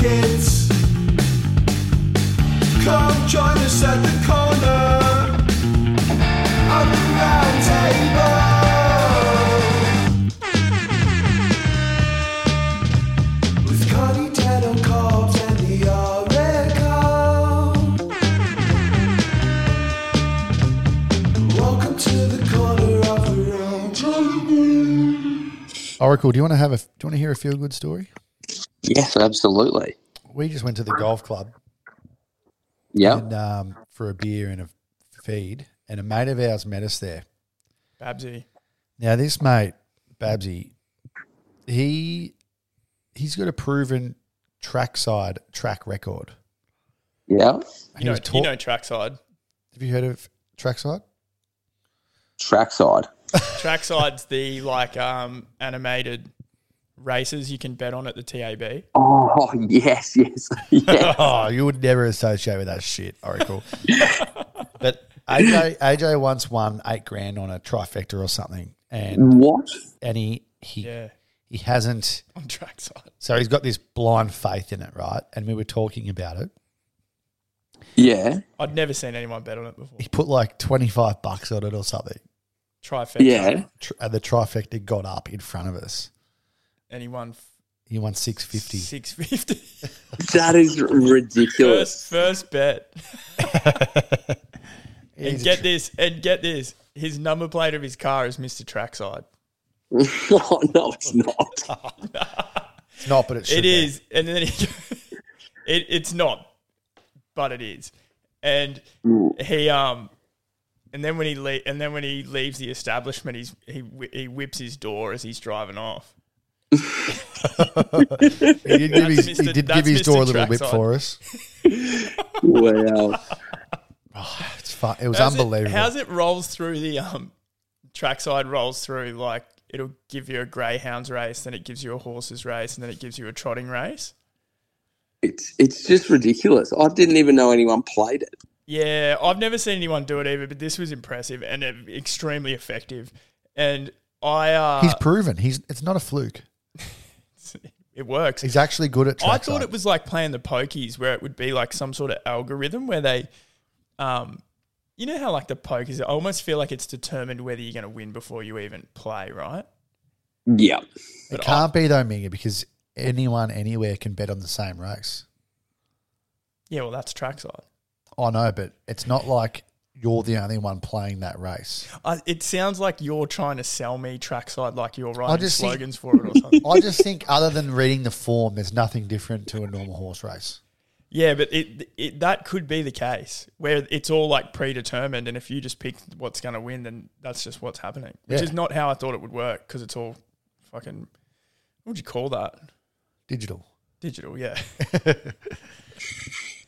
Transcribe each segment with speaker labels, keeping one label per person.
Speaker 1: kids. Come join us at the corner of the round table. With Connie, Ted, and Cobbs, and the Oracle. Welcome to the corner of the round table.
Speaker 2: Oracle, do you want to have a do you want to hear a feel good story?
Speaker 3: Yes, absolutely.
Speaker 2: We just went to the golf club
Speaker 3: Yeah.
Speaker 2: and, um, for a beer and a feed, and a mate of ours met us there.
Speaker 4: Babsy.
Speaker 2: Now, this mate, Babsy, he he's got a proven trackside track record.
Speaker 3: Yeah.
Speaker 2: He
Speaker 4: You know,
Speaker 2: was
Speaker 4: you
Speaker 2: taught-
Speaker 4: know trackside.
Speaker 2: Have you heard of trackside?
Speaker 3: Trackside.
Speaker 4: Trackside's the like um, animated races you can bet on at the TAB.
Speaker 3: Oh yes, yes, yes.
Speaker 2: Oh, you would never associate with that shit, Oracle. but AJ, AJ once won eight grand on a trifecta or something, and
Speaker 3: what?
Speaker 2: and he he
Speaker 4: Yeah,
Speaker 2: he hasn't.
Speaker 4: on trackside.
Speaker 2: So he's got this blind faith in it, right? And we were talking about it.
Speaker 3: Yeah.
Speaker 4: I'd never seen anyone bet on it before.
Speaker 2: He put like twenty five bucks on it or something,
Speaker 4: Trifecta.
Speaker 3: Yeah.
Speaker 2: tr- and the trifecta got up in front of us.
Speaker 4: And he won
Speaker 2: He won six fifty.
Speaker 4: Six fifty.
Speaker 3: That is ridiculous.
Speaker 4: First, first bet. and
Speaker 2: He's a
Speaker 4: get
Speaker 2: tr-
Speaker 4: this. And get this. His number plate of his car is Mr. Trackside.
Speaker 3: oh, no, it's not.
Speaker 2: It's not, but it should
Speaker 4: It
Speaker 2: be.
Speaker 4: is, and then he, it, it's not, but it is, and he um, and then when he le- and then when he leaves the establishment, he's he whi- he whips his door as he's driving off.
Speaker 2: He did give
Speaker 4: That's
Speaker 2: his, he
Speaker 4: Mr.
Speaker 2: did give
Speaker 4: that's
Speaker 2: his door a
Speaker 4: Mr.
Speaker 2: little whip
Speaker 4: Trackside.
Speaker 2: for us.
Speaker 3: Wow.
Speaker 2: It's fun. It was
Speaker 4: How's it-
Speaker 2: unbelievable.
Speaker 4: how's it rolls through the um, trackside rolls through like it'll give you a greyhounds race, then it gives you a horses race, and then it gives you a trotting race.
Speaker 3: It's it's just ridiculous. I didn't even know anyone played it.
Speaker 4: Yeah, I've never seen anyone do it either, but this was impressive and uh, extremely effective, and. I uh,
Speaker 2: He's proven. He's it's not a fluke.
Speaker 4: it works.
Speaker 2: He's actually good at.
Speaker 4: I
Speaker 2: Trackside.
Speaker 4: thought it was like playing the pokies where it would be like some sort of algorithm where they um you know how like the pokies I almost feel like it's determined whether you're gonna win before you even play, right?
Speaker 3: Yeah.
Speaker 2: It can't be though, Minga, because anyone anywhere can bet on the same race.
Speaker 4: Yeah, well that's trackside.
Speaker 2: I know, but it's not like you're the only one playing that race.
Speaker 4: I, it sounds like you're trying to sell me trackside like you're writing
Speaker 2: just think-
Speaker 4: slogans for it or something.
Speaker 2: I just think, other than reading the form, there's nothing different to a normal horse race.
Speaker 4: yeah, but it, it that could be the case where it's all like predetermined and if you just pick what's gonna win then that's just what's happening. Which
Speaker 2: Yeah.
Speaker 4: is not how I thought it would work because it's all fucking what would you call that?
Speaker 2: Digital.
Speaker 4: Digital, yeah.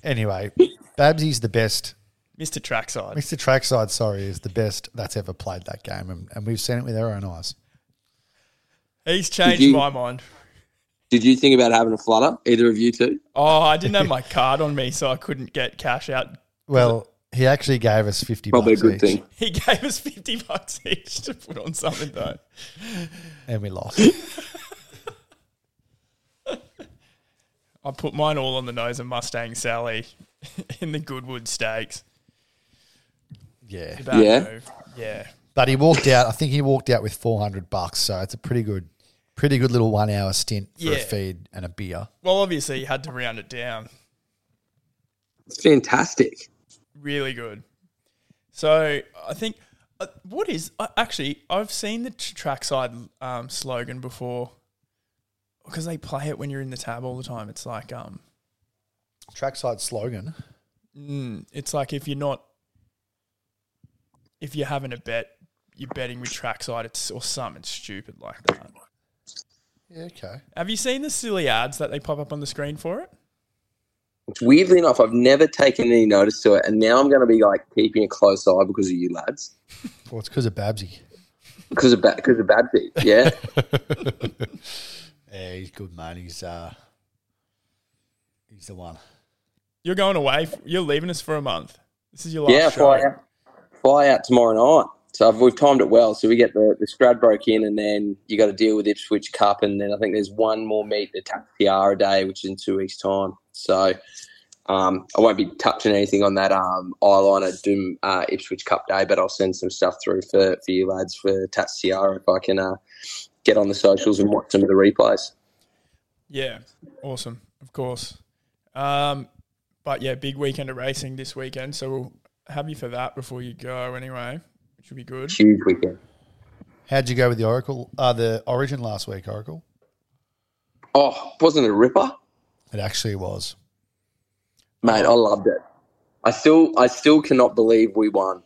Speaker 2: Anyway, Babsy's the best.
Speaker 4: Mr. Trackside.
Speaker 2: Mr. Trackside, sorry, is the best that's ever played that game, and, and we've seen it with our own eyes.
Speaker 4: He's changed
Speaker 3: you-
Speaker 4: my mind.
Speaker 3: Did you think about having a flutter? Either of you two?
Speaker 4: Oh, I didn't have my card on me, so I couldn't get cash out.
Speaker 2: Well, he actually gave us fifty.
Speaker 3: Probably a
Speaker 2: bucks
Speaker 3: good
Speaker 2: each,
Speaker 3: thing.
Speaker 4: He gave us 50 bucks each to put on something, though.
Speaker 2: and we lost.
Speaker 4: I put mine all on the nose of Mustang Sally in the Goodwood Stakes.
Speaker 2: yeah,
Speaker 4: Bad
Speaker 3: Yeah.
Speaker 4: move. Yeah.
Speaker 2: but he walked out. I think he walked out with four hundred bucks, so it's a pretty good, pretty good little one hour stint for a
Speaker 4: Yeah.
Speaker 2: feed and a beer.
Speaker 4: Well, obviously, you had to round it down.
Speaker 3: It's fantastic.
Speaker 4: Really good. So I think, uh, what is, uh, actually, I've seen the tr- trackside um, slogan before because they play it when you're in the tab all the time. It's like, um,
Speaker 2: Trackside slogan.
Speaker 4: Mm, it's like if you're not, if you're having a bet, you're betting with trackside it's, or something stupid like that.
Speaker 2: Yeah, okay.
Speaker 4: Have you seen the silly ads that they pop up on the screen for it?
Speaker 3: Weirdly enough, I've never taken any notice to it, and now I'm going to be like keeping a close eye because of you lads,
Speaker 2: Well, it's because of Babsy.
Speaker 3: because of ba- because of Babsy. Yeah,
Speaker 2: Yeah, he's good, man. He's uh, he's the one.
Speaker 4: You're going away. f- You're leaving us for a month. This is your last
Speaker 3: yeah.
Speaker 4: show.
Speaker 3: Fly out, fly out tomorrow night. So I've, we've timed it well. So we get the, the Stradbroke in, and then you got to deal with Ipswich Cup, and then I think there's one more meet the Tactiara Day, which is in two weeks' time. So um, I won't be touching anything on that um, eyeliner Doom uh, Ipswich Cup Day, but I'll send some stuff through for, for you lads for Tactiara if I can uh, get on the socials and watch some of the replays.
Speaker 4: Yeah, awesome. Of course. Um, but yeah, big weekend of racing this weekend, so we'll have you for that before you go anyway, which will be good.
Speaker 3: Huge weekend.
Speaker 2: How'd you go with the Oracle? Uh, the Origin last week, Oracle.
Speaker 3: Oh, wasn't it a ripper?
Speaker 2: It actually was.
Speaker 3: Mate, I loved it. I still I still cannot believe we won.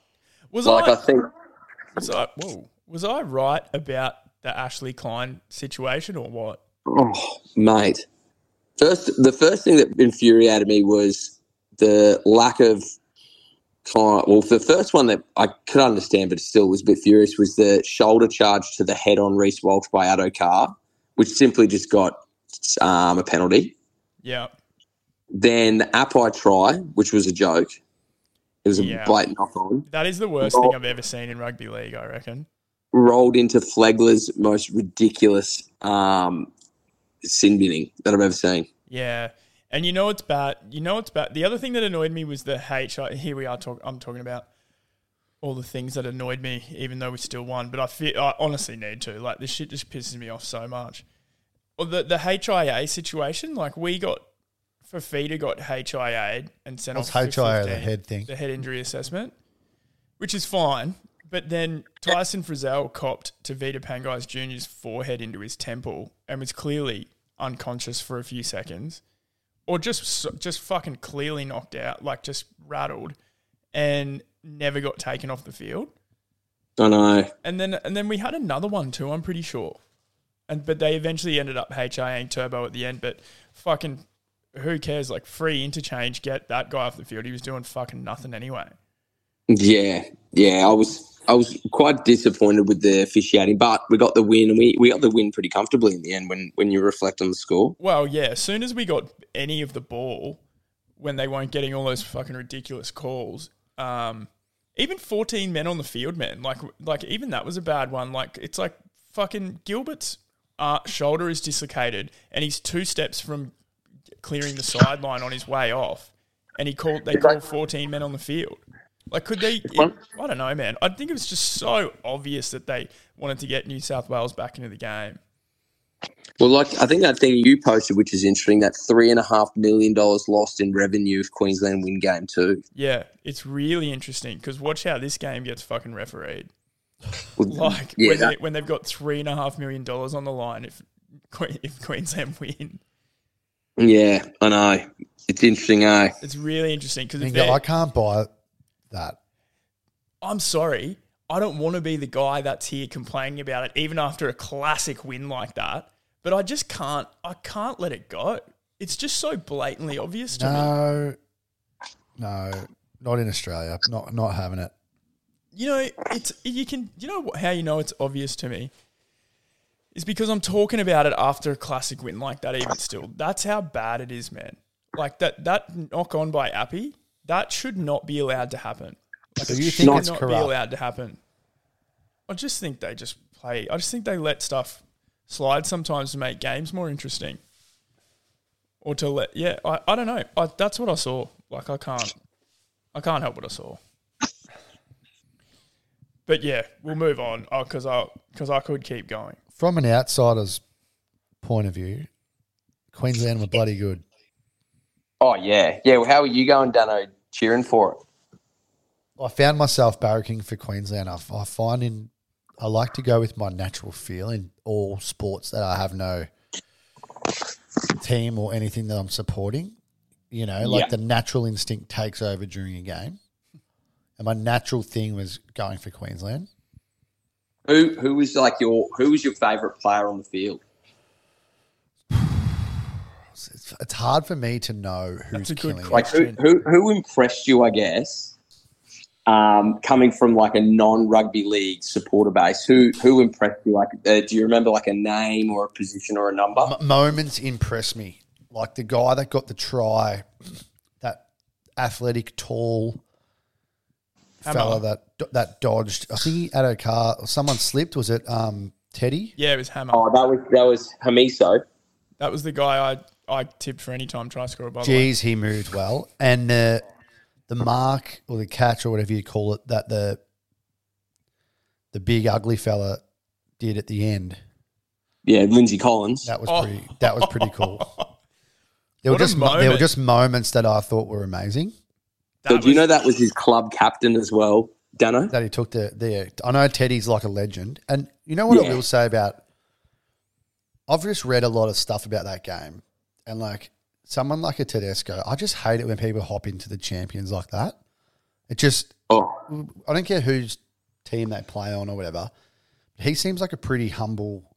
Speaker 4: Was
Speaker 3: Like
Speaker 4: I,
Speaker 3: I think
Speaker 4: was I whoa, was I right about the Ashley Klein situation or what?
Speaker 3: Oh, mate. First, the first thing that infuriated me was the lack of client. Well, the first one that I could understand, but still was a bit furious, was the shoulder charge to the head on Reese Walsh by Addo Carr, which simply just got um, a penalty.
Speaker 4: Yeah.
Speaker 3: Then the Appi try, which was a joke. It was a
Speaker 4: Yeah.
Speaker 3: blatant knock on.
Speaker 4: That is the worst
Speaker 3: Well-
Speaker 4: thing I've ever seen in rugby league, I reckon.
Speaker 3: Rolled into Flegler's most ridiculous um, sin binning that I've ever seen.
Speaker 4: Yeah. And you know it's bad. You know it's bad. The other thing that annoyed me was the HR. Here we are talk, I'm talking about all the things that annoyed me, even though we still won. But I feel I honestly need to. Like this shit just pisses me off so much. Or the the HIA situation. Like we got Fafita got HIA and sent
Speaker 2: What's
Speaker 4: off. to
Speaker 2: HIA, the
Speaker 4: 15,
Speaker 2: head thing?
Speaker 4: The head injury assessment, which is fine. But then Tyson Frizzell copped to Vita Pangai's Jr.'s forehead into his temple and was clearly unconscious for a few seconds or just so- just fucking clearly knocked out, like just rattled, and never got taken off the field.
Speaker 3: I know.
Speaker 4: And then and then we had another one too. I'm pretty sure. And but they eventually ended up HIAing Turbo at the end. But fucking who cares? Like free interchange, get that guy off the field. He was doing fucking nothing anyway.
Speaker 3: Yeah, yeah. I was I was quite disappointed with the officiating, but we got the win and we, we got the win pretty comfortably in the end when, when you reflect on the score.
Speaker 4: Well, yeah. As soon as we got any of the ball, when they weren't getting all those fucking ridiculous calls, um, even fourteen men on the field, man. Like, like even that was a bad one. Like, it's like fucking Gilbert's uh, shoulder is dislocated, and he's two steps from clearing the sideline on his way off, and he called. They called fourteen men on the field. Like, could they? I don't know, man. I think it was just so obvious that they wanted to get New South Wales back into the game.
Speaker 3: Well, like I think that thing you posted, which is interesting, that three and a half million dollars lost in revenue if Queensland win game two.
Speaker 4: Yeah, it's really interesting because watch how this game gets fucking refereed. Like
Speaker 3: Mm-hmm. yeah,
Speaker 4: when, they,
Speaker 3: that-
Speaker 4: when they've got three and a half million dollars on the line if Que- if Queensland win,
Speaker 3: Yeah, I know. It's interesting, eh?
Speaker 4: it's really interesting because
Speaker 2: You
Speaker 4: if
Speaker 2: go, I
Speaker 4: they're-
Speaker 2: can't buy that.
Speaker 4: I'm sorry, I don't want to be the guy that's here complaining about it even after a classic win like that, but I just can't. I can't let it go. It's just so blatantly obvious to me.
Speaker 2: No, no, not in Australia. Not not having it.
Speaker 4: you know, it's you can you know what, how you know it's obvious to me is because I'm talking about it after a classic win like that. Even still, that's how bad it is, man. Like that that knock on by Appy, that should not be allowed to happen. Like
Speaker 2: So
Speaker 4: it
Speaker 2: you think
Speaker 4: should
Speaker 2: it's
Speaker 4: not be
Speaker 2: corrupt?
Speaker 4: allowed to happen. I just think they just play. I just think they let stuff slide sometimes to make games more interesting, or to let yeah. I, I don't know. I, that's what I saw. Like I can't, I can't help what I saw. But yeah, we'll move on because I because I could keep going.
Speaker 2: From an outsider's point of view, Queensland were bloody good.
Speaker 3: Oh yeah, yeah. Well, how are you going, Dano? Cheering for it?
Speaker 2: I found myself barracking for Queensland. I, I find in I like to go with my natural feel in all sports that I have no team or anything that I'm supporting. You know, like
Speaker 3: Yeah.
Speaker 2: the natural instinct takes over during a game. And my natural thing was going for Queensland.
Speaker 3: Who who was like your who was your favourite player on the field?
Speaker 2: It's, it's- it's hard for me to know who's
Speaker 4: That's a good
Speaker 2: killing. it.
Speaker 4: question.
Speaker 3: like who, who who impressed you i guess um, coming from like a non rugby league supporter base who who impressed you like uh, do you remember like a name or a position or a number
Speaker 2: M- moments impress me. Like the guy that got the try, that athletic, tall,
Speaker 4: Hammer.
Speaker 2: fella that that dodged. I think he had a car. Someone slipped. Was it um, Teddy?
Speaker 4: Yeah, it was Hammer.
Speaker 3: Oh, that was that was Hamiso.
Speaker 4: That was the guy I, I tipped for any time try scorer. By the way,
Speaker 2: Geez, he moved well, and uh, the mark or the catch or whatever you call it that the the big ugly fella did at the end.
Speaker 3: Yeah, Lindsay Collins.
Speaker 2: That was
Speaker 4: Oh.
Speaker 2: pretty. That was pretty cool. There were
Speaker 4: What a
Speaker 2: just mo- there were
Speaker 4: moment.
Speaker 2: just moments that I thought were amazing
Speaker 3: so
Speaker 4: That
Speaker 3: do you
Speaker 4: was-
Speaker 3: know that was his club captain as well, Dano?
Speaker 2: that he took the the. I know Teddy's like a legend, and you know what
Speaker 3: Yeah.
Speaker 2: I will say about. I've just read a lot of stuff about that game, and like someone like a Tedesco, I just hate it when people hop into the champions like that. It just
Speaker 3: Oh,
Speaker 2: I don't care whose team they play on or whatever. He seems like a pretty humble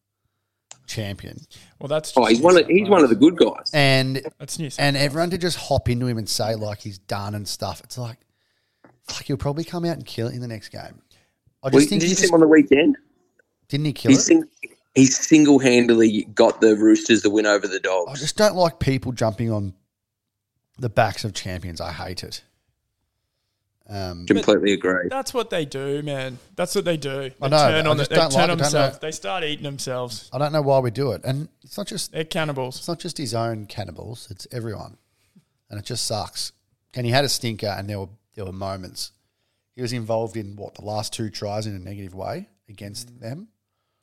Speaker 2: champion,
Speaker 4: Well, that's
Speaker 3: oh,
Speaker 4: just
Speaker 3: he's
Speaker 4: New
Speaker 3: one of
Speaker 4: South
Speaker 3: he's one of the
Speaker 4: Wales.
Speaker 3: good guys.
Speaker 2: and
Speaker 4: That's new.
Speaker 2: and everyone to just hop into him and say like he's done and stuff. It's like, fuck, he'll probably come out and kill it in the next game. I just
Speaker 3: Well,
Speaker 2: think
Speaker 3: did
Speaker 2: he
Speaker 3: you
Speaker 2: just,
Speaker 3: see him on the weekend?
Speaker 2: didn't he kill
Speaker 3: He,
Speaker 2: it.
Speaker 3: sing, he single handedly got the Roosters the win over the
Speaker 2: I
Speaker 3: Dogs.
Speaker 2: just don't like people jumping on the backs of champions. I hate it. Um,
Speaker 3: Completely agree.
Speaker 4: That's what they do, man. That's what they do. They
Speaker 2: I know,
Speaker 4: turn
Speaker 2: I
Speaker 4: on the,
Speaker 2: just
Speaker 4: they
Speaker 2: don't
Speaker 4: turn
Speaker 2: like it, don't
Speaker 4: themselves.
Speaker 2: know.
Speaker 4: They start eating themselves.
Speaker 2: I don't know why we do it, and it's not just
Speaker 4: They're cannibals.
Speaker 2: it's not just his own cannibals; it's everyone, and it just sucks. And he had a stinker, and there were there were moments. He was involved in what the last two tries in a negative way against
Speaker 4: Mm.
Speaker 2: them.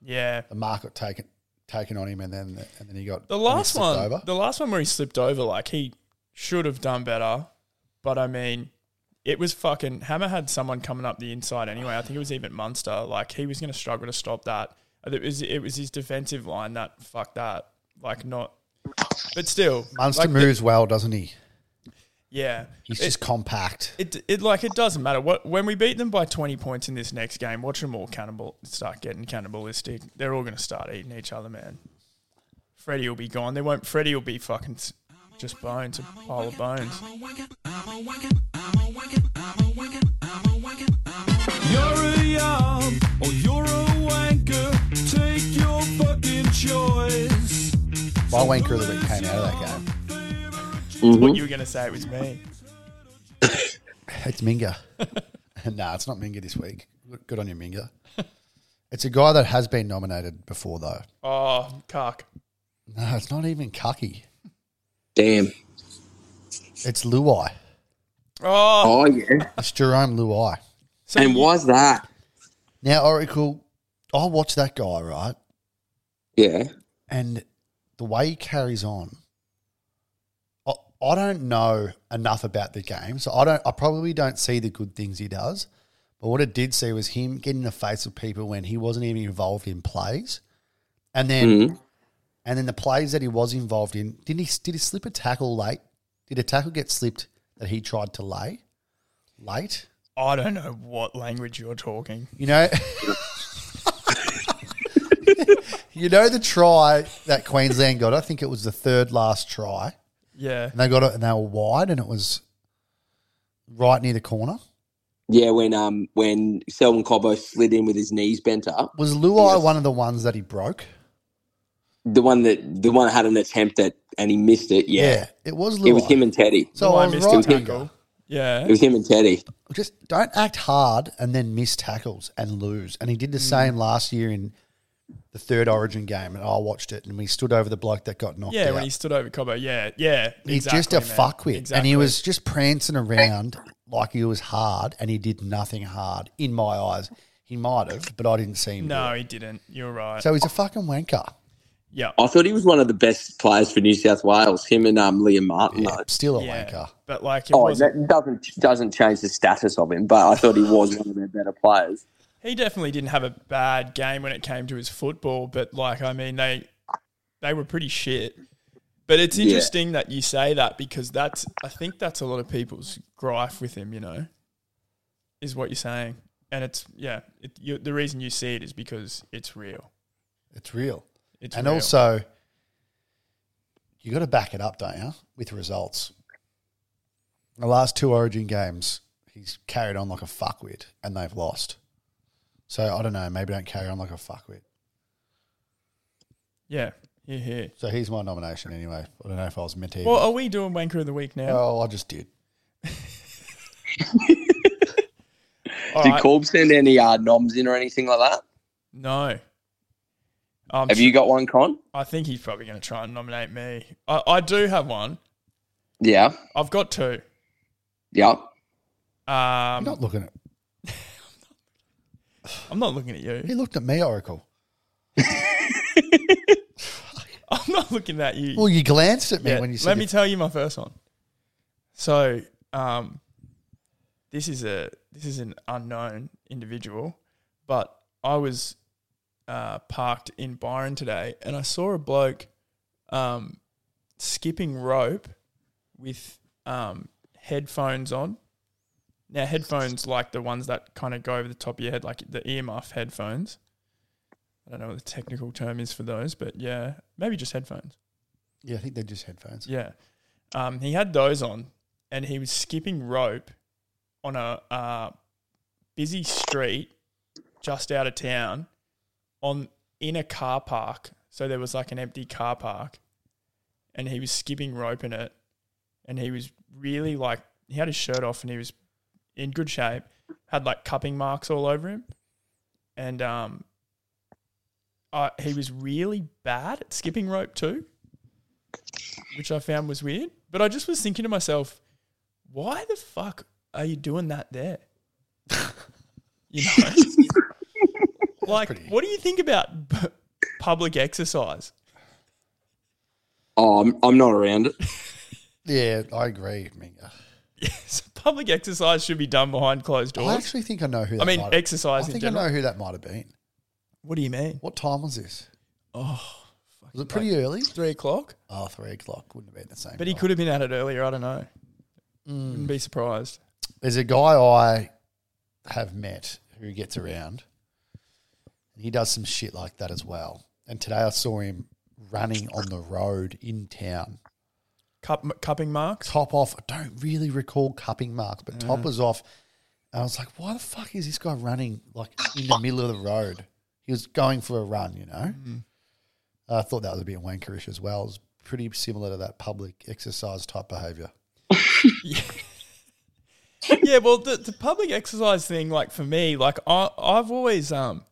Speaker 4: Yeah.
Speaker 2: The mark got taken taken on him, and then and then he got
Speaker 4: The
Speaker 2: and he
Speaker 4: last
Speaker 2: slipped
Speaker 4: one,
Speaker 2: over.
Speaker 4: the last one where he slipped over, like he should have done better, but I mean, it was fucking Hammer had someone coming up the inside anyway. I think it was even Munster. Like he was going to struggle to stop that. It was it was his defensive line that fucked that. Like not, but still,
Speaker 2: Munster
Speaker 4: like,
Speaker 2: moves well, doesn't he?
Speaker 4: yeah.
Speaker 2: He's
Speaker 4: It-
Speaker 2: just compact.
Speaker 4: It, it like it doesn't matter what when we beat them by twenty points in this next game. Watch them all cannibal start getting cannibalistic. They're all going to start eating each other, man. Freddie will be gone. They won't. Freddie will be fucking s- just bones, a pile of bones.
Speaker 1: You're a young or you're a wanker. Take your fucking choice.
Speaker 2: My wanker of the week came out of that game.
Speaker 3: Mm-hmm.
Speaker 4: What you were going to say was me.
Speaker 2: It's Minga. nah, it's not Minga this week. Good on you, Minga. It's a guy that has been nominated before, though.
Speaker 4: Oh, cuck.
Speaker 2: No, it's not even Cucky.
Speaker 3: Damn.
Speaker 2: It's Luai.
Speaker 4: Oh,
Speaker 3: Oh yeah.
Speaker 2: It's Jerome Luai.
Speaker 4: so
Speaker 3: And why's that?
Speaker 2: Now, Oracle, I watch that guy, right?
Speaker 3: Yeah.
Speaker 2: And the way he carries on, I, I don't know enough about the game, so I don't. I probably don't see the good things he does. But what I did see was him getting in the face of people when he wasn't even involved in plays, and then and then the plays that he was involved in. Didn't he? Did he slip a tackle late? Did a tackle get slipped that he tried to lay late?
Speaker 4: I don't know what language you're talking.
Speaker 2: You know, you know the try that Queensland got. I think it was the third last try,
Speaker 4: Yeah,
Speaker 2: and they got it, and they were wide, and it was right near the corner.
Speaker 3: Yeah, when um when Selwyn Cobbo slid in with his knees bent up,
Speaker 2: Was Luai
Speaker 3: Yes.
Speaker 2: one of the ones that he broke?
Speaker 3: the one that the one that had an attempt at and he missed it. Yeah,
Speaker 2: it was Luai.
Speaker 3: it was him and Teddy.
Speaker 2: so
Speaker 4: Luai
Speaker 2: I was
Speaker 4: Oh, missed
Speaker 2: right.
Speaker 4: a tackle.
Speaker 2: Minga.
Speaker 4: yeah.
Speaker 3: It was him and Teddy.
Speaker 2: Just don't act hard and then miss tackles and lose. And he did the
Speaker 3: Mm.
Speaker 2: same last year in the third Origin game, and I watched it, and we stood over the bloke that got knocked
Speaker 4: Yeah,
Speaker 2: out.
Speaker 4: when he stood over Cobbo. Yeah, yeah.
Speaker 2: He's
Speaker 4: exactly,
Speaker 2: just a
Speaker 4: man.
Speaker 2: fuckwit. And
Speaker 4: Exactly.
Speaker 2: he was just prancing around like he was hard and he did nothing hard in my eyes. He might have, but I didn't see him. do
Speaker 4: No,
Speaker 2: it.
Speaker 4: he didn't. You're right.
Speaker 2: So he's a fucking wanker.
Speaker 4: yeah.
Speaker 3: I thought he was one of the best players for New South Wales. Him and um Liam Martin. though.
Speaker 2: Still a
Speaker 4: Yeah.
Speaker 2: wanker.
Speaker 4: But like it
Speaker 3: Oh, that
Speaker 4: wasn't
Speaker 3: doesn't doesn't change the status of him, but I thought he was one of their better players.
Speaker 4: He definitely didn't have a bad game when it came to his football, but like I mean they they were pretty shit. But it's
Speaker 3: Yeah.
Speaker 4: interesting that you say that because that's I think that's a lot of people's gripe with him, you know, is what you're saying. And it's yeah, it, you, the reason you see it is because it's real.
Speaker 2: It's real.
Speaker 4: It's
Speaker 2: and
Speaker 4: real.
Speaker 2: also, you got to back it up, don't you, with results. The last two Origin games, he's carried on like a fuckwit and they've lost. So I don't know. Maybe don't carry on like a fuckwit.
Speaker 4: yeah, yeah, yeah.
Speaker 2: So he's my nomination anyway. I don't know if I was meant to.
Speaker 4: Well, are we
Speaker 3: Uh,
Speaker 4: doing wanker of the week now?
Speaker 2: oh, I just did.
Speaker 3: Did
Speaker 4: right.
Speaker 3: Corb send any uh, noms in or anything like that?
Speaker 4: No. Um,
Speaker 3: Have you got one, Con?
Speaker 4: I think he's probably going to try and nominate me. I, I do have one.
Speaker 3: Yeah.
Speaker 4: I've got two.
Speaker 3: Yeah.
Speaker 4: Um,
Speaker 2: I'm not looking at.
Speaker 4: I'm not looking at you.
Speaker 2: He looked at me, Oracle.
Speaker 4: I'm not looking at you.
Speaker 2: Well, you glanced at me
Speaker 4: Yeah,
Speaker 2: when you said.
Speaker 4: let me
Speaker 2: it.
Speaker 4: tell you my first one. So, um, this is a this is an unknown individual, but I was uh, parked in Byron today, and I saw a bloke um, skipping rope with um, headphones on. Now, headphones like the ones that kind of go over the top of your head, like the earmuff headphones. I don't know what the technical term is for those, but yeah, maybe just headphones.
Speaker 2: yeah, I think they're just headphones.
Speaker 4: Yeah. Um, he had those on and he was skipping rope on a uh, busy street just out of town on in a car park. So there was like an empty car park and he was skipping rope in it and he was really like he had his shirt off and he was in good shape, had like cupping marks all over him. And um I he was really bad at skipping rope too which I found was weird. But I just was thinking to myself, why the fuck are you doing that there? you know, like,
Speaker 2: pretty-
Speaker 4: what do you think about p- public exercise?
Speaker 3: Oh, I'm, I'm not around it.
Speaker 2: Yeah, I agree. I, mean, uh,
Speaker 4: Yes, public exercise should be done behind closed
Speaker 2: I
Speaker 4: doors.
Speaker 2: actually think I know who. That
Speaker 4: I mean,
Speaker 2: might have- I
Speaker 4: exercise in
Speaker 2: think I
Speaker 4: general.
Speaker 2: know who that might have been.
Speaker 4: What do you mean?
Speaker 2: What time was this?
Speaker 4: Oh,
Speaker 2: Was it pretty early?
Speaker 4: three o'clock?
Speaker 2: Oh, three o'clock. Wouldn't have been the same.
Speaker 4: But he
Speaker 2: time.
Speaker 4: could have been at it earlier. I don't know.
Speaker 2: Mm.
Speaker 4: Wouldn't be surprised.
Speaker 2: There's a guy I have met who gets around. He does some shit like that as well. And today I saw him running on the road in town.
Speaker 4: Cup, cupping marks.
Speaker 2: Top off, I don't really recall cupping marks, but top was off. And I was like, why the fuck is this guy running like in the middle of the road? He was going for a run, you know? I thought that was a bit wankerish as well. It was pretty similar to that public exercise type behavior.
Speaker 4: yeah, well, the, the public exercise thing, like for me, like I, I've always, um,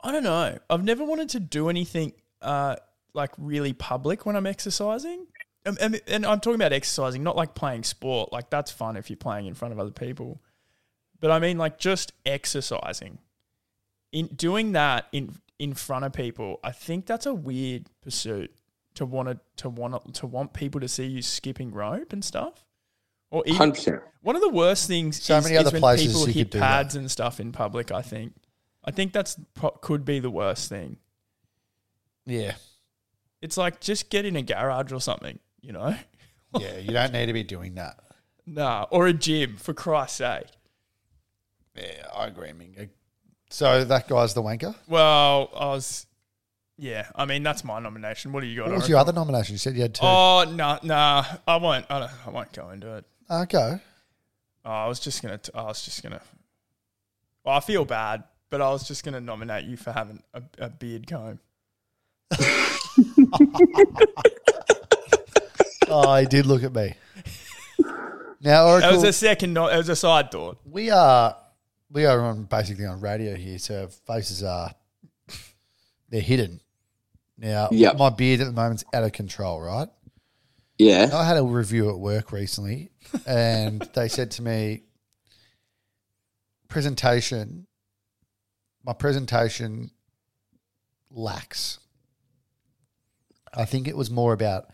Speaker 4: I don't know, I've never wanted to do anything, uh, like really public when I'm exercising. Um, And, and I'm talking about exercising, not like playing sport. Like that's fun if you're playing in front of other people, but I mean like just exercising. In doing that in in front of people, I think that's a weird pursuit to want to to want to want people to see you skipping rope and stuff, or even
Speaker 3: 100%.
Speaker 4: one of the worst things
Speaker 2: So
Speaker 4: is,
Speaker 2: many
Speaker 4: is
Speaker 2: other
Speaker 4: when
Speaker 2: places
Speaker 4: people
Speaker 2: you
Speaker 4: hit
Speaker 2: could do that.
Speaker 4: pads and stuff in public. I think, I think that's pro- could be the worst thing.
Speaker 2: Yeah.
Speaker 4: It's like just get in a garage or something, you know?
Speaker 2: Yeah. You don't need to be doing that.
Speaker 4: Nah, or a gym for Christ's sake.
Speaker 2: Yeah, I agree, Mingo. So that guy's the wanker.
Speaker 4: Well, I was, yeah. I mean, that's my nomination. What do you got?
Speaker 2: What was
Speaker 4: Oren?
Speaker 2: your other nomination? You said you had two.
Speaker 4: Oh no, nah, I won't. I, don't, I won't go into it.
Speaker 2: Uh, go.
Speaker 4: Oh, I was just gonna. T- I was just gonna. Well, I feel bad, but I was just gonna nominate you for having a, a beard comb.
Speaker 2: Oh, he did look at me. Now, Oracle,
Speaker 4: It was a second. No- it was a side thought.
Speaker 2: we are we are on basically on radio here, so our faces are they're hidden. Now,
Speaker 3: Yeah.
Speaker 2: my beard at the moment's out of control, right?
Speaker 3: Yeah.
Speaker 2: I had a review at work recently, and they said to me, "Presentation, my presentation lacks." I think it was more about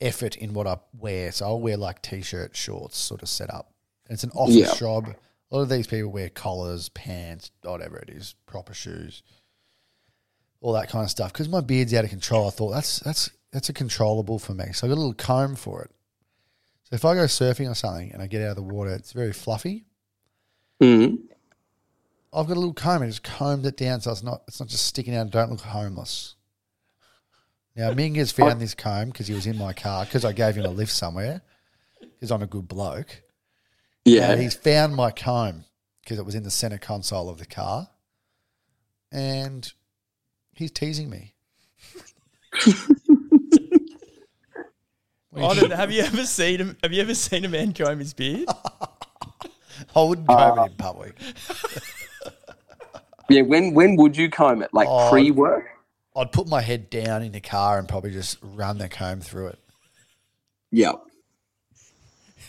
Speaker 2: effort in what I wear. So I'll wear like t-shirt, shorts, sort of setup. And it's an office
Speaker 3: Yeah.
Speaker 2: job. A lot of these people wear collars, pants, whatever it is, proper shoes, all that kind of stuff. Because my beard's out of control, I thought that's that's that's a controllable for me. So I got a little comb for it. So if I go surfing or something and I get out of the water, it's very fluffy.
Speaker 3: Mm.
Speaker 2: I've got a little comb and just combed it down so it's not it's not just sticking out. and Don't look homeless. Now Ming has found this comb because he was in my car because I gave him a lift somewhere because I'm a good bloke.
Speaker 3: Yeah.
Speaker 2: And he's found my comb because it was in the center console of the car, and he's teasing me.
Speaker 4: I don't, have you ever seen him? Have you ever seen a man comb his beard?
Speaker 2: I wouldn't comb it in public.
Speaker 3: Yeah, when when would you comb it? Like
Speaker 2: Oh.
Speaker 3: pre work?
Speaker 2: I'd put my head down in the car and probably just run the comb through it.
Speaker 3: Yeah.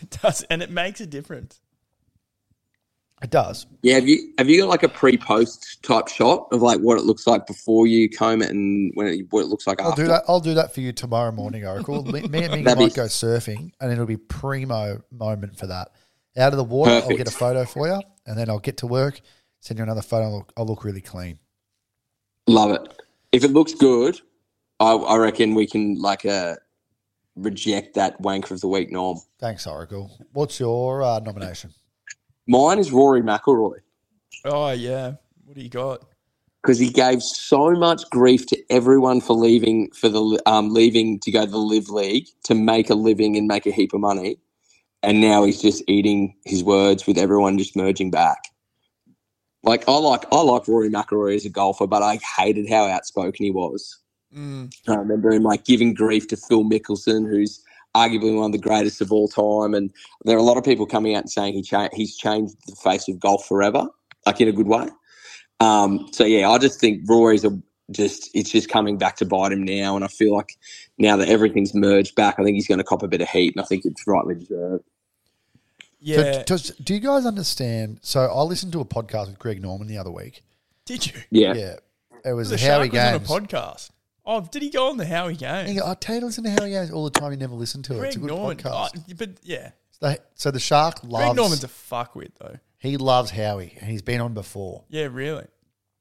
Speaker 4: It does, and it makes a difference.
Speaker 2: It does.
Speaker 3: Yeah, have you have you got like a pre post type shot of like what it looks like before you comb it and when it, what it looks like
Speaker 2: I'll
Speaker 3: after?
Speaker 2: do that. I'll do that for you tomorrow morning, Oracle. me, me and Mingy
Speaker 3: That'd be-
Speaker 2: might go surfing, and it'll be primo moment for that. Out of the water, I'll get a
Speaker 3: Perfect.
Speaker 2: photo for you, and then I'll get to work, send you another photo. I'll look, I'll look really clean.
Speaker 3: Love it. If it looks good, I, I reckon we can like uh, reject that wanker of the week norm.
Speaker 2: Thanks, Oracle. What's your uh, nomination?
Speaker 3: Mine is Rory McIlroy
Speaker 4: Oh yeah, what do you got?
Speaker 3: because he gave so much grief to everyone for leaving for the um, leaving to go to the Live League to make a living and make a heap of money, and now he's just eating his words with everyone just merging back. Like I like I like Rory McIlroy as a golfer, but I hated how outspoken he was.
Speaker 4: Mm,
Speaker 3: I remember him like giving grief to Phil Mickelson, who's arguably one of the greatest of all time. And there are a lot of people coming out and saying he cha- he's changed the face of golf forever, like in a good way. Um, so yeah, I just think Rory's a just it's just coming back to bite him now, and I feel like now that everything's merged back, I think he's going to cop a bit of heat, and I think it's rightly deserved.
Speaker 2: So,
Speaker 4: yeah.
Speaker 2: does- do you guys understand? So I listened to a podcast with Greg Norman the other week.
Speaker 4: Did you?
Speaker 3: Yeah,
Speaker 2: Yeah, it was
Speaker 4: The
Speaker 2: the Howie
Speaker 4: shark was on a
Speaker 2: Games.
Speaker 4: podcast. Oh, did he go on the Howie
Speaker 2: Hang
Speaker 4: Games?
Speaker 2: on, I tell you to listen to Howie Games all the time. You never listen to it. it's
Speaker 4: Greg
Speaker 2: a good
Speaker 4: Norman,
Speaker 2: podcast.
Speaker 4: oh, but yeah,
Speaker 2: They- so the shark loves.
Speaker 4: Greg Norman's a fuckwit though.
Speaker 2: he loves Howie, and he's been on before.
Speaker 4: Yeah, really.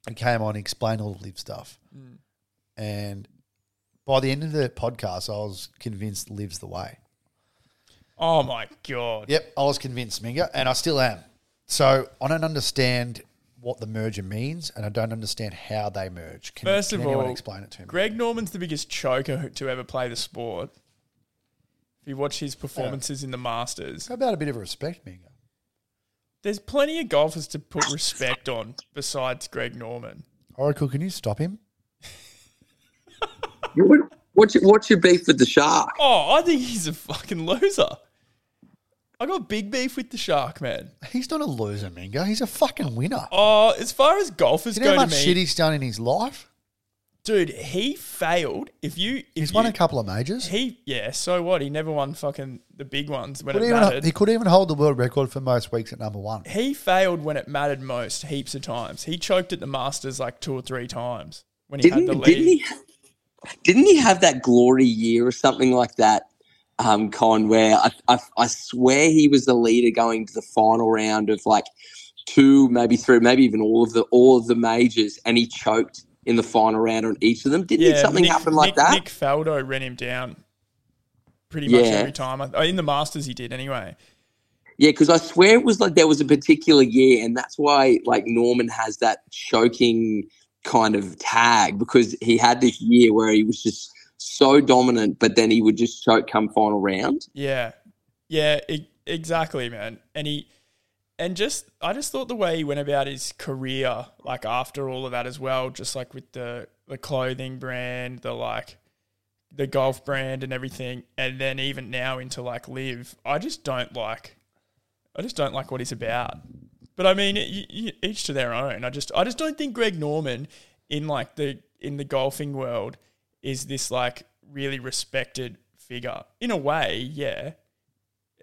Speaker 2: and came on and explained all the live stuff.
Speaker 4: Mm.
Speaker 2: And by the end of the podcast, I was convinced live's the way.
Speaker 4: Oh my god.
Speaker 2: Yep, I was convinced, Minga, and I still am. So I don't understand what the merger means, and I don't understand how they merge. Can,
Speaker 4: First
Speaker 2: can
Speaker 4: of
Speaker 2: anyone
Speaker 4: all,
Speaker 2: explain it to me?
Speaker 4: Greg Norman's the biggest choker who- to ever play the sport. If you watch his performances in the Masters,
Speaker 2: How about a bit of respect, Minga?
Speaker 4: there's plenty of golfers to put respect on besides Greg Norman.
Speaker 2: Oracle, can you stop him?
Speaker 3: What, what's your, what's your beef with the shark?
Speaker 4: Oh, I think he's a fucking loser. I got big beef with the shark, man.
Speaker 2: He's not a loser, Minga. He's a fucking winner.
Speaker 4: Oh, as far as golfers
Speaker 2: you know
Speaker 4: go,
Speaker 2: how
Speaker 4: to
Speaker 2: much
Speaker 4: me,
Speaker 2: shit he's done in his life?
Speaker 4: dude, he failed. If you, if
Speaker 2: He's
Speaker 4: you,
Speaker 2: won a couple of majors.
Speaker 4: he, yeah. So what? He never won fucking the big ones when
Speaker 2: Could
Speaker 4: it
Speaker 2: even,
Speaker 4: mattered.
Speaker 2: he could even hold the world record for most weeks at number one.
Speaker 4: he failed when it mattered most, heaps of times. He choked at the Masters like two or three times when he
Speaker 3: didn't,
Speaker 4: had the lead.
Speaker 3: didn't he didn't he have that glory year or something like that um con where I, I i swear he was the leader going to the final round of like two maybe three maybe even all of the all of the majors and he choked in the final round on each of them didn't something
Speaker 4: Nick-
Speaker 3: happen like
Speaker 4: Nick-
Speaker 3: that
Speaker 4: Nick Faldo ran him down pretty much
Speaker 3: Yeah.
Speaker 4: every time. I- oh, In the Masters, he did anyway.
Speaker 3: yeah because i swear it was like there was a particular year and that's why like norman has that choking kind of tag because he had this year where he was just so dominant but then he would just choke come final round
Speaker 4: Yeah, yeah, e- exactly, man. And he and just I just thought the way he went about his career, like after all of that as well, just like with the the clothing brand, the like the golf brand and everything, and then even now into like live. I just don't like. I just don't like what he's about. But I mean, y y each to their own. I just I just don't think Greg Norman in like the in the golfing world is this like really respected figure in a way. Yeah,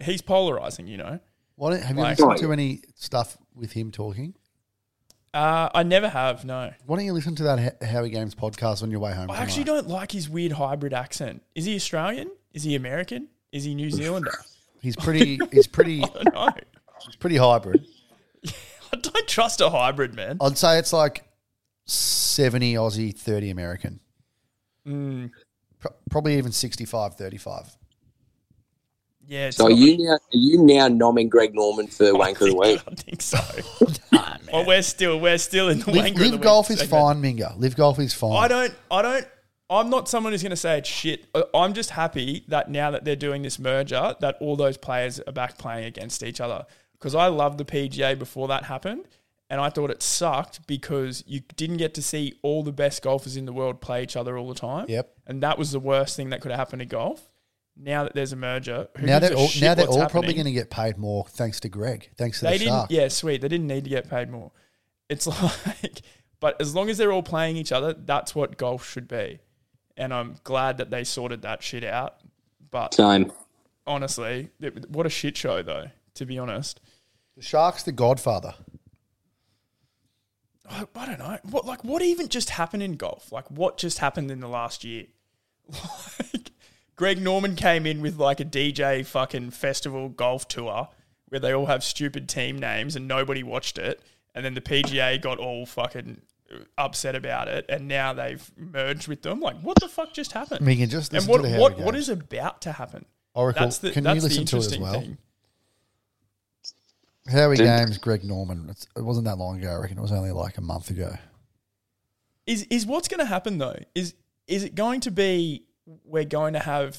Speaker 4: he's polarizing. You know,
Speaker 2: Why don't, have you
Speaker 4: Like-
Speaker 2: listened to any stuff with him talking?
Speaker 4: uh, I never have. No,
Speaker 2: Why don't you listen to that Ho- Howie Games podcast on your way home?
Speaker 4: I actually
Speaker 2: tonight?
Speaker 4: don't like his weird hybrid accent. Is he Australian? Is he American? Is he New Zealander?
Speaker 2: He's pretty. He's pretty.
Speaker 4: I don't know.
Speaker 2: he's pretty hybrid.
Speaker 4: I don't trust a hybrid man.
Speaker 2: I'd say it's like seventy Aussie, thirty American.
Speaker 4: Mm,
Speaker 2: Pro- probably even 65, 35.
Speaker 4: yeah. it's
Speaker 3: So are
Speaker 4: not-
Speaker 3: you now are you now nomming Greg Norman for wanker of the
Speaker 4: I
Speaker 3: week?
Speaker 4: think so. Well, we're still we're still in the wanker
Speaker 2: Live,
Speaker 4: of the
Speaker 2: live
Speaker 4: week
Speaker 2: golf is
Speaker 4: segment.
Speaker 2: fine, Minga. Live golf is fine.
Speaker 4: I don't. I don't. I'm not someone who's going to say it's shit. I- I'm just happy that now that they're doing this merger, that all those players are back playing against each other. Because I loved the PGA before that happened, and I thought it sucked because you didn't get to see all the best golfers in the world play each other all the time.
Speaker 2: Yep.
Speaker 4: And that was the worst thing that could have happened to golf. Now that there's a merger, who
Speaker 2: Now
Speaker 4: gives
Speaker 2: they're
Speaker 4: a
Speaker 2: all,
Speaker 4: shit
Speaker 2: now they're
Speaker 4: what's
Speaker 2: all probably
Speaker 4: happening?
Speaker 2: going to get paid more thanks to Greg. Thanks to
Speaker 4: they
Speaker 2: the
Speaker 4: didn't
Speaker 2: shark.
Speaker 4: yeah sweet they didn't need to get paid more it's like But as long as they're all playing each other, that's what golf should be. And I'm glad that they sorted that shit out. But
Speaker 3: Same.
Speaker 4: honestly, it, what a shit show, though. To be honest,
Speaker 2: The Shark's the Godfather.
Speaker 4: I, I don't know. What like what even just happened in golf? Like what just happened in the last year? Like Greg Norman came in with like a DJ fucking festival golf tour where they all have stupid team names and nobody watched it, and then the PGA got all fucking upset about it, and now they've merged with them. Like what the fuck just happened?
Speaker 2: We can just
Speaker 4: and
Speaker 2: listen
Speaker 4: what
Speaker 2: to the
Speaker 4: what
Speaker 2: Harry
Speaker 4: what
Speaker 2: Games.
Speaker 4: is about to happen?
Speaker 2: Oracle,
Speaker 4: That's the
Speaker 2: can you
Speaker 4: that's the
Speaker 2: listen to it as
Speaker 4: interesting
Speaker 2: well?
Speaker 4: thing.
Speaker 2: Howie Games, Greg Norman. It's, it wasn't that long ago, I reckon. It was only like a month ago.
Speaker 4: is is what's going to happen though is is it going to be we're going to have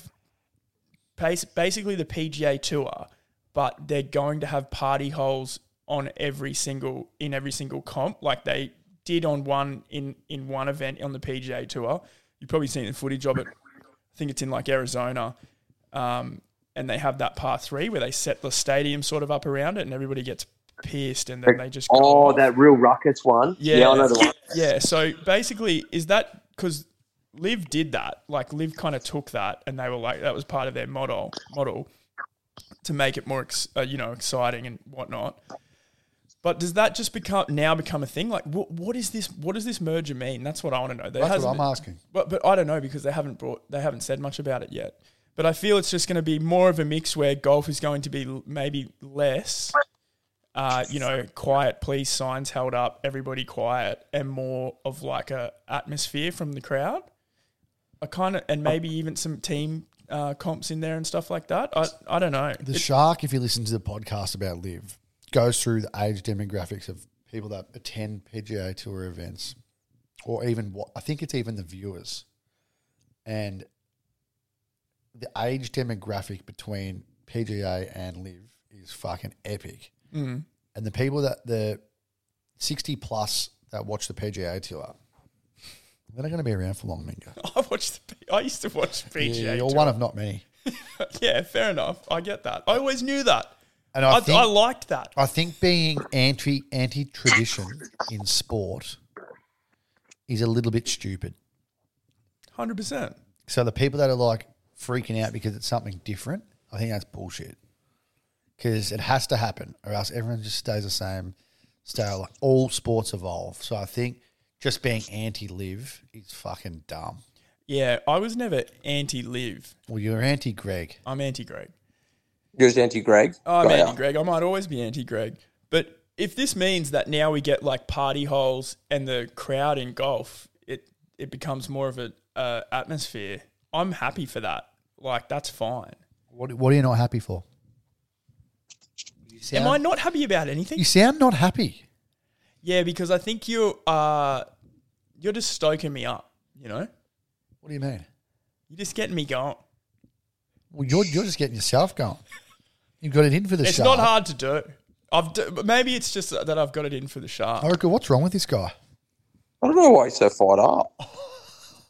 Speaker 4: bas- basically the PGA tour but they're going to have party holes on every single in every single comp like they did on one in in one event on the PGA tour you've probably seen the footage of it I think it's in like Arizona um, and they have that par 3 where they set the stadium sort of up around it and everybody gets pierced and then they just go
Speaker 3: Oh,
Speaker 4: off.
Speaker 3: that real ruckus one.
Speaker 4: Yeah.
Speaker 3: I know the one.
Speaker 4: Yeah. So basically, is that because Liv did that? Like Liv kind of took that, and they were like, that was part of their model model to make it more, ex- uh, you know, exciting and whatnot. But does that just become now become a thing? Like, what what is this? What does this merger mean? That's what I want to know. There
Speaker 2: That's what
Speaker 4: hasn't
Speaker 2: I'm
Speaker 4: been-
Speaker 2: asking.
Speaker 4: but but I don't know because they haven't brought they haven't said much about it yet. But I feel it's just going to be more of a mix where golf is going to be l- maybe less, uh, you know, quiet please signs held up, everybody quiet, and more of like a atmosphere from the crowd. I kind of and maybe even some team uh, comps in there and stuff like that. I I don't know.
Speaker 2: The Shark, if you listen to the podcast about Live, goes through the age demographics of people that attend PGA Tour events, or even what I think it's even the viewers, and the age demographic between PGA and Live is fucking epic.
Speaker 4: Mm.
Speaker 2: And the people that the sixty plus that watch the PGA Tour, they're not going to be around for long, Mingo.
Speaker 4: I watched. The, P- I used to watch PGA.
Speaker 2: Yeah,
Speaker 4: Yeah,
Speaker 2: you're one of not many.
Speaker 4: yeah, fair enough. I get that. I always knew that.
Speaker 2: And
Speaker 4: I,
Speaker 2: I,
Speaker 4: I,
Speaker 2: think
Speaker 4: liked that.
Speaker 2: I think being anti anti tradition in sport is a little bit stupid.
Speaker 4: Hundred percent.
Speaker 2: So the people that are like freaking out because it's something different, I think that's bullshit. Because it has to happen, or else everyone just stays the same. Style. Like all sports evolve. So I think just being anti live is fucking dumb.
Speaker 4: Yeah, I was never anti Liv.
Speaker 2: Well, you're anti Greg.
Speaker 4: I'm anti Greg.
Speaker 3: Yours anti Greg.
Speaker 4: Oh, I'm anti Greg. I might always be anti Greg. But if this means that now we get like party holes and the crowd in golf, it it becomes more of a uh, atmosphere. I'm happy for that. Like that's fine.
Speaker 2: What, what are you not happy for? You sound,
Speaker 4: Am I not happy about anything?
Speaker 2: you sound not happy.
Speaker 4: Yeah, because I think you uh you're just stoking me up. You know,
Speaker 2: What do you mean?
Speaker 4: you're just getting me going.
Speaker 2: Well, you're, you're just getting yourself going. You've got it in for the
Speaker 4: It's
Speaker 2: shark.
Speaker 4: not hard to do. I've d- but maybe it's just that I've got it in for the shark.
Speaker 2: Erica, what's wrong with this guy?
Speaker 3: I don't know why he's so fired up.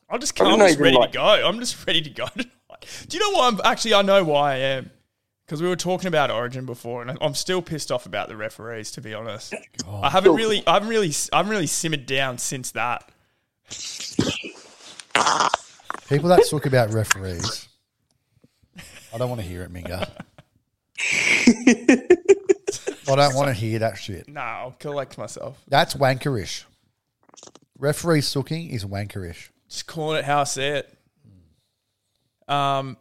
Speaker 4: I'm just,
Speaker 3: I don't
Speaker 4: I'm
Speaker 3: know
Speaker 4: just
Speaker 3: even
Speaker 4: ready
Speaker 3: like-
Speaker 4: to go. I'm just ready to go tonight. Do you know why I'm actually? I know why I am because we were talking about Origin before, and I'm still pissed off about the referees. To be honest, I haven't really, I haven't really, I haven't really simmered down since that.
Speaker 2: People that talk about referees. I don't want to hear it, Minga. I don't want to hear that shit.
Speaker 4: No, I'll collect myself.
Speaker 2: That's wankerish. Referee sooking is wankerish.
Speaker 4: Just calling it how I see it. Um,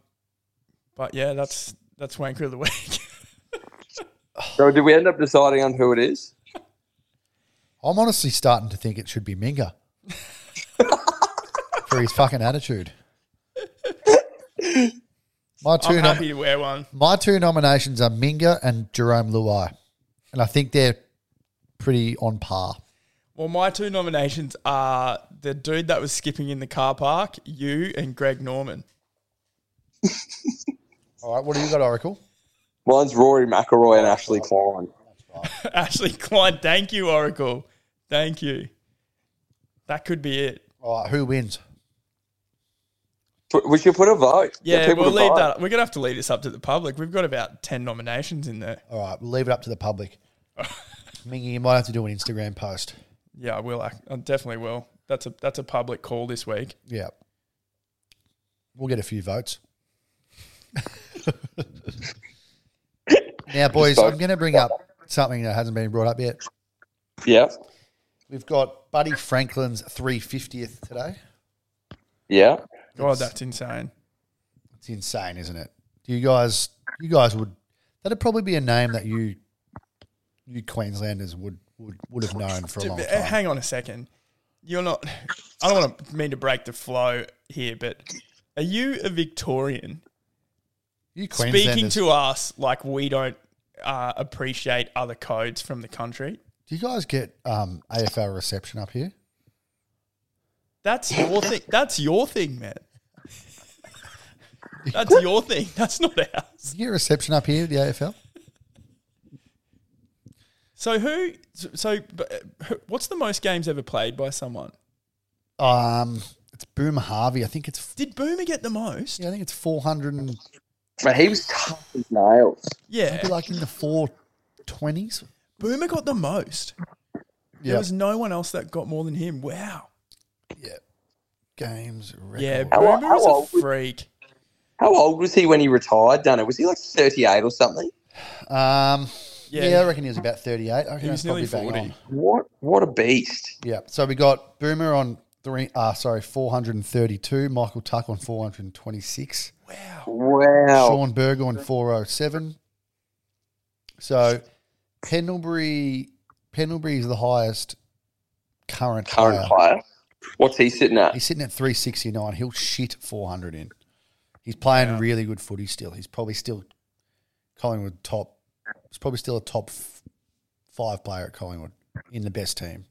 Speaker 4: but yeah, that's that's wanker of the week.
Speaker 3: So did we end up deciding on who it is?
Speaker 2: I'm honestly starting to think it should be Minga for his fucking attitude. My
Speaker 4: I'm
Speaker 2: two, nom-
Speaker 4: happy to wear one.
Speaker 2: my two nominations are Minga and Jerome Luai, and I think they're pretty on par.
Speaker 4: Well, my two nominations are the dude that was skipping in the car park, you and Greg Norman.
Speaker 2: All right, what do you got, Oracle?
Speaker 3: Mine's Rory McIlroy and Ashley Klein.
Speaker 4: Ashley Klein, thank you, Oracle. Thank you. That could be it.
Speaker 2: All right, who wins?
Speaker 3: Put- We should put a vote. Get
Speaker 4: Yeah,
Speaker 3: people
Speaker 4: we'll
Speaker 3: to
Speaker 4: leave
Speaker 3: vote.
Speaker 4: that. We're gonna have to leave this up to the public. We've got about ten nominations in there.
Speaker 2: All right, we'll leave it up to the public. Mingy, you might have to do an Instagram post.
Speaker 4: Yeah, I will. I, I definitely will. That's a that's a public call this week.
Speaker 2: Yeah. We'll get a few votes. now, boys, I'm going to bring up something that hasn't been brought up yet.
Speaker 3: Yeah.
Speaker 2: We've got Buddy Franklin's 350th today.
Speaker 3: Yeah.
Speaker 4: God, that's insane.
Speaker 2: It's insane, isn't it? Do you guys, you guys would, that'd probably be a name that you, you Queenslanders would would would have known for a long
Speaker 4: D-
Speaker 2: time.
Speaker 4: Hang on a second. You're not. I don't want to mean to break the flow here, but are you a Victorian?
Speaker 2: You
Speaker 4: Speaking
Speaker 2: Queenslanders,
Speaker 4: to us like we don't uh, appreciate other codes from the country.
Speaker 2: do you guys get um, AFL reception up here?
Speaker 4: That's your thing. That's your thing, man. That's your thing. That's not ours.
Speaker 2: Do you get reception up here, the AFL?
Speaker 4: So who? So but, uh, who- what's the most games ever played by someone?
Speaker 2: Um, it's Boom Harvey. I think it's
Speaker 4: Did Boomer get the most?
Speaker 2: yeah, I think it's four hundred and
Speaker 3: But he was tough as nails.
Speaker 4: Yeah,
Speaker 2: be like in the four twenties.
Speaker 4: Boomer got the most. There
Speaker 2: Yeah,
Speaker 4: was no one else that got more than him. Wow.
Speaker 2: yeah. Games. Record.
Speaker 4: Yeah,
Speaker 3: How old-
Speaker 4: Boomer
Speaker 3: how
Speaker 4: was
Speaker 3: old
Speaker 4: a
Speaker 3: was-
Speaker 4: freak.
Speaker 3: How old was he when he retired, Dunno? Was he like 38 or something?
Speaker 2: Um.
Speaker 4: Yeah.
Speaker 2: Yeah. I reckon he was about thirty-eight. I
Speaker 4: He
Speaker 2: reckon
Speaker 4: was
Speaker 2: that's
Speaker 4: nearly
Speaker 2: probably bang
Speaker 4: forty.
Speaker 2: on.
Speaker 3: What what a beast.
Speaker 2: Yeah. So we got Boomer on three. Uh, sorry, four hundred and thirty-two. Michael Tuck on four hundred and twenty-six.
Speaker 4: Wow.
Speaker 3: Wow.
Speaker 2: Sean Berger on 407. So Pendlebury Pendlebury is the highest current,
Speaker 3: Current
Speaker 2: player.
Speaker 3: player. What's he sitting at?
Speaker 2: He's sitting at 369. He'll shit 400 in. He's playing
Speaker 4: Yeah.
Speaker 2: really good footy still. He's probably still Collingwood top. He's probably still a top f- five player at Collingwood in the best team,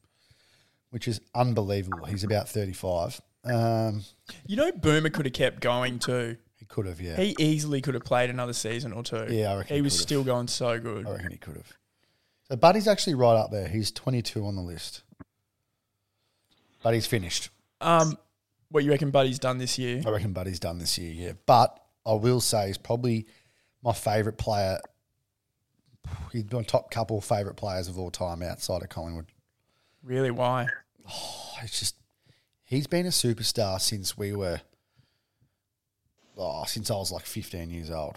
Speaker 2: which is unbelievable. He's about 35. Um,
Speaker 4: You know, Boomer could have kept going too.
Speaker 2: he could have, yeah.
Speaker 4: He easily could have played another season or two.
Speaker 2: Yeah, I reckon
Speaker 4: he
Speaker 2: he
Speaker 4: was
Speaker 2: could have.
Speaker 4: still going so good.
Speaker 2: I reckon he could have. So Buddy's actually right up there. He's 22 on the list. Buddy's finished.
Speaker 4: Um, what you reckon, Buddy's done this year?
Speaker 2: I reckon Buddy's done this year, yeah. But I will say he's probably my favourite player. He's my top couple favourite players of all time outside of Collingwood.
Speaker 4: Really? Why?
Speaker 2: Oh, it's just he's been a superstar since we were oh, since I was like 15 years old.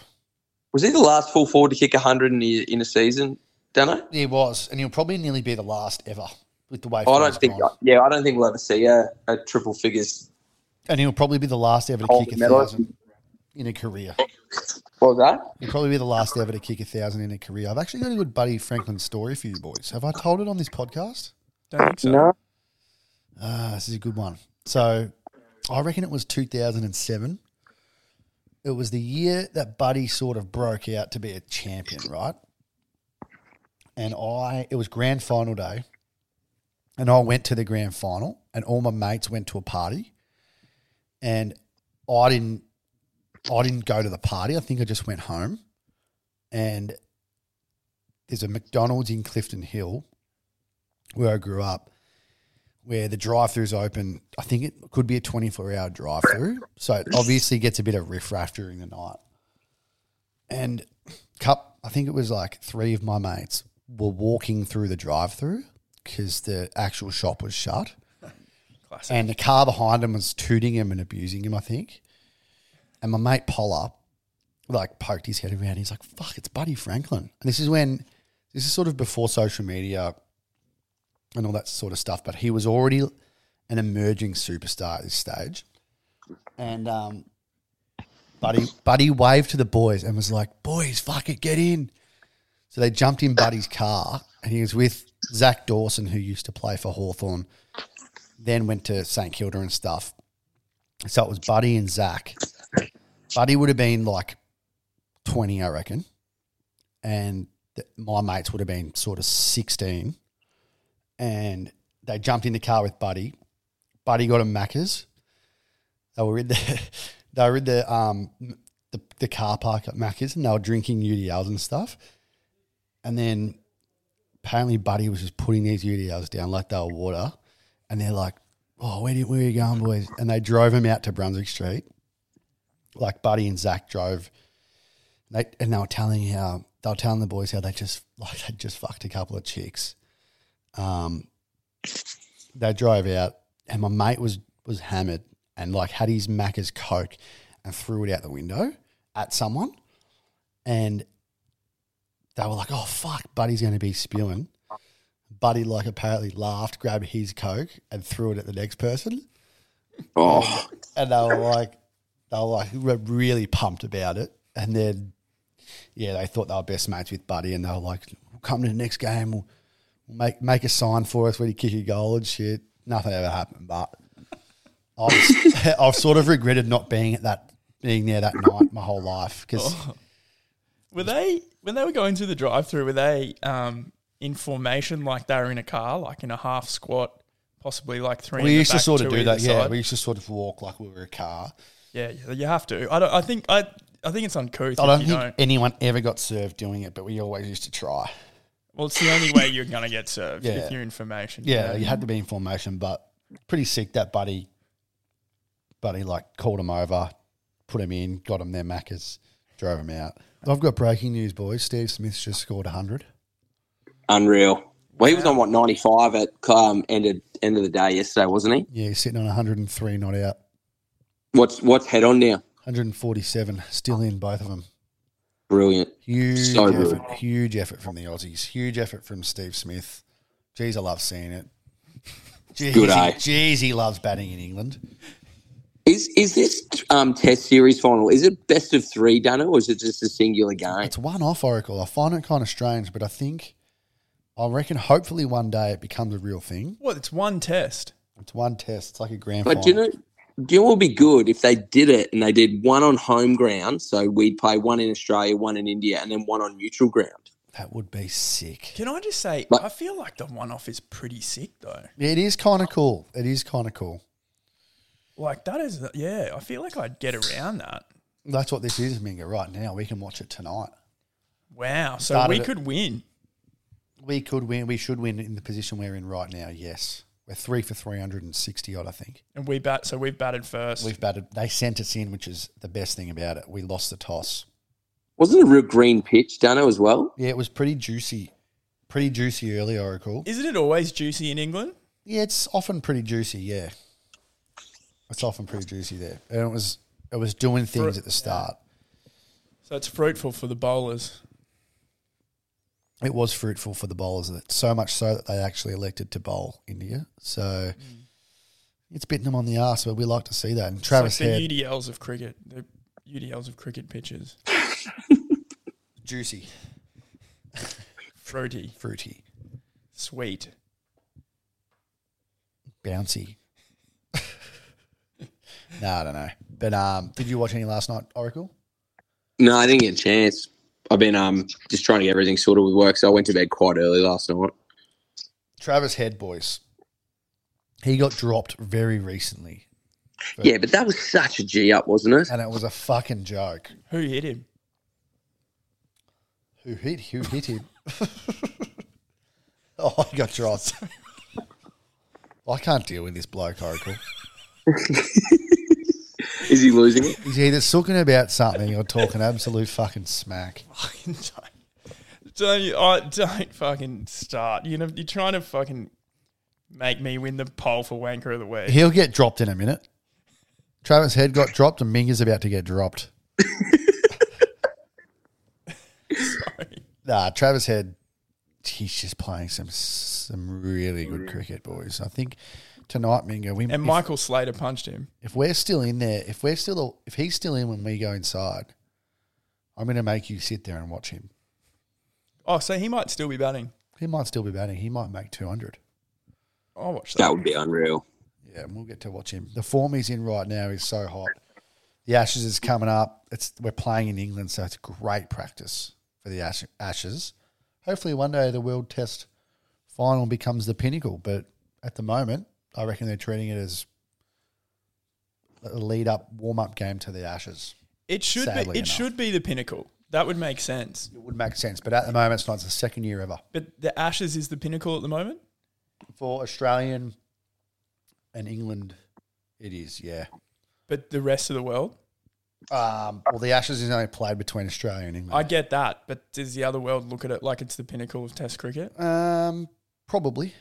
Speaker 3: Was he the last full forward to kick 100 in, a- in a season, Dunno?
Speaker 2: He was, and he'll probably nearly be the last ever with the way.
Speaker 3: I
Speaker 2: Finn's
Speaker 3: don't think,
Speaker 2: gone.
Speaker 3: yeah, I don't think we'll ever see a, a triple figures.
Speaker 2: and he'll probably be the last ever to
Speaker 3: Gold
Speaker 2: kick a
Speaker 3: medal.
Speaker 2: thousand in a career.
Speaker 3: What was that?
Speaker 2: You'll probably be the last ever to kick a thousand in a career. I've actually got a good Buddy Franklin story for you boys. Have I told it on this podcast?
Speaker 4: Don't think so.
Speaker 2: Ah, this is a good one. So I reckon it was 2007. It was the year that Buddy sort of broke out to be a champion, right? And I, it was grand final day. And I went to the grand final, and all my mates went to a party. And I didn't, I didn't go to the party. I think I just went home. And there's a McDonald's in Clifton Hill where I grew up where the drive throughs open. I think it could be a 24 hour drive through. So it obviously gets a bit of riffraff during the night. And cup, I think it was like three of my mates were walking through the drive through because the actual shop was shut.
Speaker 4: Classic.
Speaker 2: And the car behind him was tooting him and abusing him, I think. And my mate Poller, like, poked his head around. He's like, fuck, it's Buddy Franklin. And this is when, this is sort of before social media and all that sort of stuff, but he was already an emerging superstar at this stage. And um, Buddy, Buddy waved to the boys and was like, boys, fuck it, get in. So they jumped in Buddy's car and he was with Zach Dawson, who used to play for Hawthorn then went to St Kilda and stuff. So it was Buddy and Zach. Buddy would have been like 20, I reckon. And th- my mates would have been sort of 16. And they jumped in the car with Buddy. Buddy got a Macca's. They were in the, they were in the, um, the, the car park at Macca's and they were drinking UDLs and stuff. And then apparently Buddy was just putting these UDLs down like they were water and they're like, "Oh, where, do, where are you going, boys?" And they drove him out to Brunswick Street. Like Buddy and Zach drove, they and they were telling how they were telling the boys how they just like they just fucked a couple of chicks, um, they drove out, and my mate was was hammered and like had his Macca's Coke and threw it out the window at someone, and they were like, "Oh fuck, Buddy's going to be spewing." Buddy like apparently laughed, grabbed his Coke and threw it at the next person,
Speaker 3: Oh,
Speaker 2: and they were like, they were like re- really pumped about it, and then yeah, they thought they were best mates with Buddy, and they were like, we'll "Come to the next game, we'll, we'll make make a sign for us when you kick a goal and shit." Nothing ever happened, but I've, I've sort of regretted not being at that being there that night my whole life because
Speaker 4: Oh, Were they when they were going through the drive-through? Were they um, in formation like they were in a car, like in a half squat, possibly like three? in
Speaker 2: we
Speaker 4: the
Speaker 2: used to
Speaker 4: back,
Speaker 2: sort of
Speaker 4: two
Speaker 2: do
Speaker 4: either
Speaker 2: that. Yeah,
Speaker 4: side?
Speaker 2: we used to sort of walk like we were a car.
Speaker 4: yeah, yeah, you have to. I don't. I think I. I think it's uncouth.
Speaker 2: I don't
Speaker 4: if you
Speaker 2: think
Speaker 4: don't.
Speaker 2: anyone ever got served doing it, but we always used to try.
Speaker 4: Well, it's the only way you're going to get served
Speaker 2: Yeah.
Speaker 4: if you're in formation.
Speaker 2: Yeah, you had to be in formation, but pretty sick that buddy. Buddy like called him over, put him in, got him their maccas, drove him out. I've got breaking news, boys. Steve Smith's just scored hundred.
Speaker 3: unreal. Well, he was on what ninety five at um, end of end of the day yesterday, wasn't he?
Speaker 2: Yeah, he's sitting on hundred and three, not out.
Speaker 3: What's what's head on now?
Speaker 2: Hundred and forty-seven, still in both of them.
Speaker 3: Brilliant.
Speaker 2: Huge
Speaker 3: So good.
Speaker 2: effort, huge effort from the Aussies. Huge effort from Steve Smith. Jeez, I love seeing it. Jeez,
Speaker 3: Good,
Speaker 2: he-
Speaker 3: eh?
Speaker 2: Jeez, he loves batting in England.
Speaker 3: Is is this um, Test series final? Is it best of three, Dunno, or is it just a singular game?
Speaker 2: It's one off Oracle. I find it kind of strange, but I think, I reckon, hopefully one day it becomes a real thing.
Speaker 4: What? It's one test.
Speaker 2: It's one test. It's like a grand final.
Speaker 3: But do you know, do you know what would be good if they did it and they did one on home ground? So we'd play one in Australia, one in India, and then one on neutral ground.
Speaker 2: that would be sick.
Speaker 4: Can I just say,
Speaker 3: But-
Speaker 4: I feel like the one-off is pretty sick though.
Speaker 2: It is kind of cool. It is kind of cool.
Speaker 4: Like that is, yeah. I feel like I'd get around that.
Speaker 2: That's what this is, Minga. Right now, we can watch it tonight.
Speaker 4: Wow. So
Speaker 2: Started
Speaker 4: we
Speaker 2: it-
Speaker 4: could win.
Speaker 2: We could win. We should win in the position we're in right now. Yes, we're three for three hundred and sixty odd. I think
Speaker 4: And we bat, so we've batted 1st
Speaker 2: we've batted. They sent us in, which is the best thing about it. We lost the toss.
Speaker 3: Wasn't it a real green pitch, Dunno, as well?
Speaker 2: Yeah, it was pretty juicy, pretty juicy early. Oracle.
Speaker 4: Isn't it always juicy in England?
Speaker 2: Yeah, it's often pretty juicy. Yeah, it's often pretty juicy there, and it was it was doing things at the start.
Speaker 4: So it's fruitful for the bowlers.
Speaker 2: It was fruitful for the bowlers, and it's so much so that they actually elected to bowl India. So it's bitten them on the arse, but we like to see that. And Travis
Speaker 4: it's like
Speaker 2: Head,
Speaker 4: the UDLs of cricket. The UDLs of cricket pitches.
Speaker 2: juicy,
Speaker 4: Fruity,
Speaker 2: fruity,
Speaker 4: sweet.
Speaker 2: bouncy. no, I don't know. But um, did you watch any last night, Oracle?
Speaker 3: No, I didn't get a chance. I've been um just trying to get everything sorted with work, so I went to bed quite early last night.
Speaker 2: Travis Head, boys. He got dropped very recently,
Speaker 3: Yeah, but that was such a G up, wasn't it?
Speaker 2: and it was a fucking joke.
Speaker 4: Who hit him?
Speaker 2: Who hit? Who hit him? oh, I got dropped. I can't deal with this bloke, Oracle.
Speaker 3: Is he losing it?
Speaker 2: He's either talking about something or talking absolute fucking smack.
Speaker 4: Fucking don't, don't, you- oh, don't fucking start. You know, you're trying to fucking make me win the poll for wanker of the week.
Speaker 2: He'll get dropped in a minute. Travis Head got dropped, and Minga's about to get dropped. Nah, Travis Head, he's just playing some some really good cricket, boys. I think tonight, Minga, we
Speaker 4: And
Speaker 2: if-
Speaker 4: Michael Slater punched him.
Speaker 2: if we're still in there, if we're still, if he's still in when we go inside, I'm going to make you sit there and watch him.
Speaker 4: Oh, so he might still be batting.
Speaker 2: He might still be batting. He might make 200.
Speaker 4: I'll watch that.
Speaker 3: That would be unreal.
Speaker 2: Yeah, and we'll get to watch him. The form he's in right now is so hot. The Ashes is coming up. It's we're playing in England, so it's great practice for the Ash- Ashes. Hopefully, one day the World Test final becomes the pinnacle. But at the moment, I reckon they're treating it as a lead up, warm up game to the Ashes.
Speaker 4: It should be. It
Speaker 2: Sadly enough.
Speaker 4: should be the pinnacle. That would make sense.
Speaker 2: It would make sense, but at the moment, it's not. It's the second year ever
Speaker 4: But the Ashes is the pinnacle at the moment.
Speaker 2: for Australian and England. It is, yeah.
Speaker 4: But the rest of the world,
Speaker 2: Um, well, the Ashes is only played between Australia and England.
Speaker 4: I get that. But does the other world look at it like it's the pinnacle of Test cricket?
Speaker 2: Um, probably.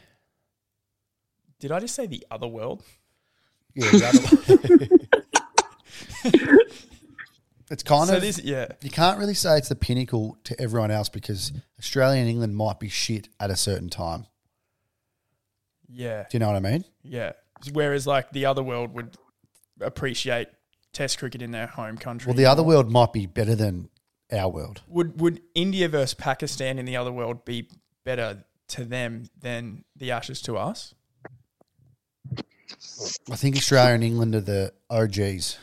Speaker 4: Did I just say the other world?
Speaker 2: Yeah, the other one. it's kind
Speaker 4: So
Speaker 2: of
Speaker 4: this, yeah,
Speaker 2: you can't really say it's the pinnacle to everyone else because Australia and England might be shit at a certain time.
Speaker 4: yeah,
Speaker 2: Do you know what I mean?
Speaker 4: yeah. Whereas like the other world would appreciate Test cricket in their home country.
Speaker 2: Well, the other world might be better than our world.
Speaker 4: would would India versus Pakistan in the other world be better to them than the Ashes to us?
Speaker 2: I think Australia and England are the OGs.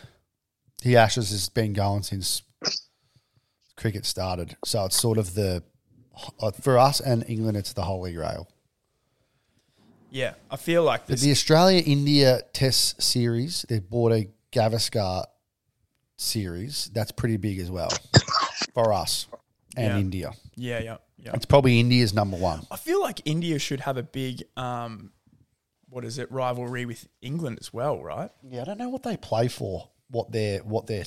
Speaker 2: The Ashes has been going since cricket started, so it's sort of the uh, for us and England, it's the holy grail.
Speaker 4: Yeah, I feel like
Speaker 2: But
Speaker 4: this.
Speaker 2: the Australia India Test series, they bought a Gavaskar series. That's pretty big as well for us and
Speaker 4: Yeah.
Speaker 2: India.
Speaker 4: yeah, yeah, yeah.
Speaker 2: It's probably India's number one.
Speaker 4: I feel like India should have a big, um, what is it, rivalry with England as well, right?
Speaker 2: Yeah, I don't know what they play for, what their what their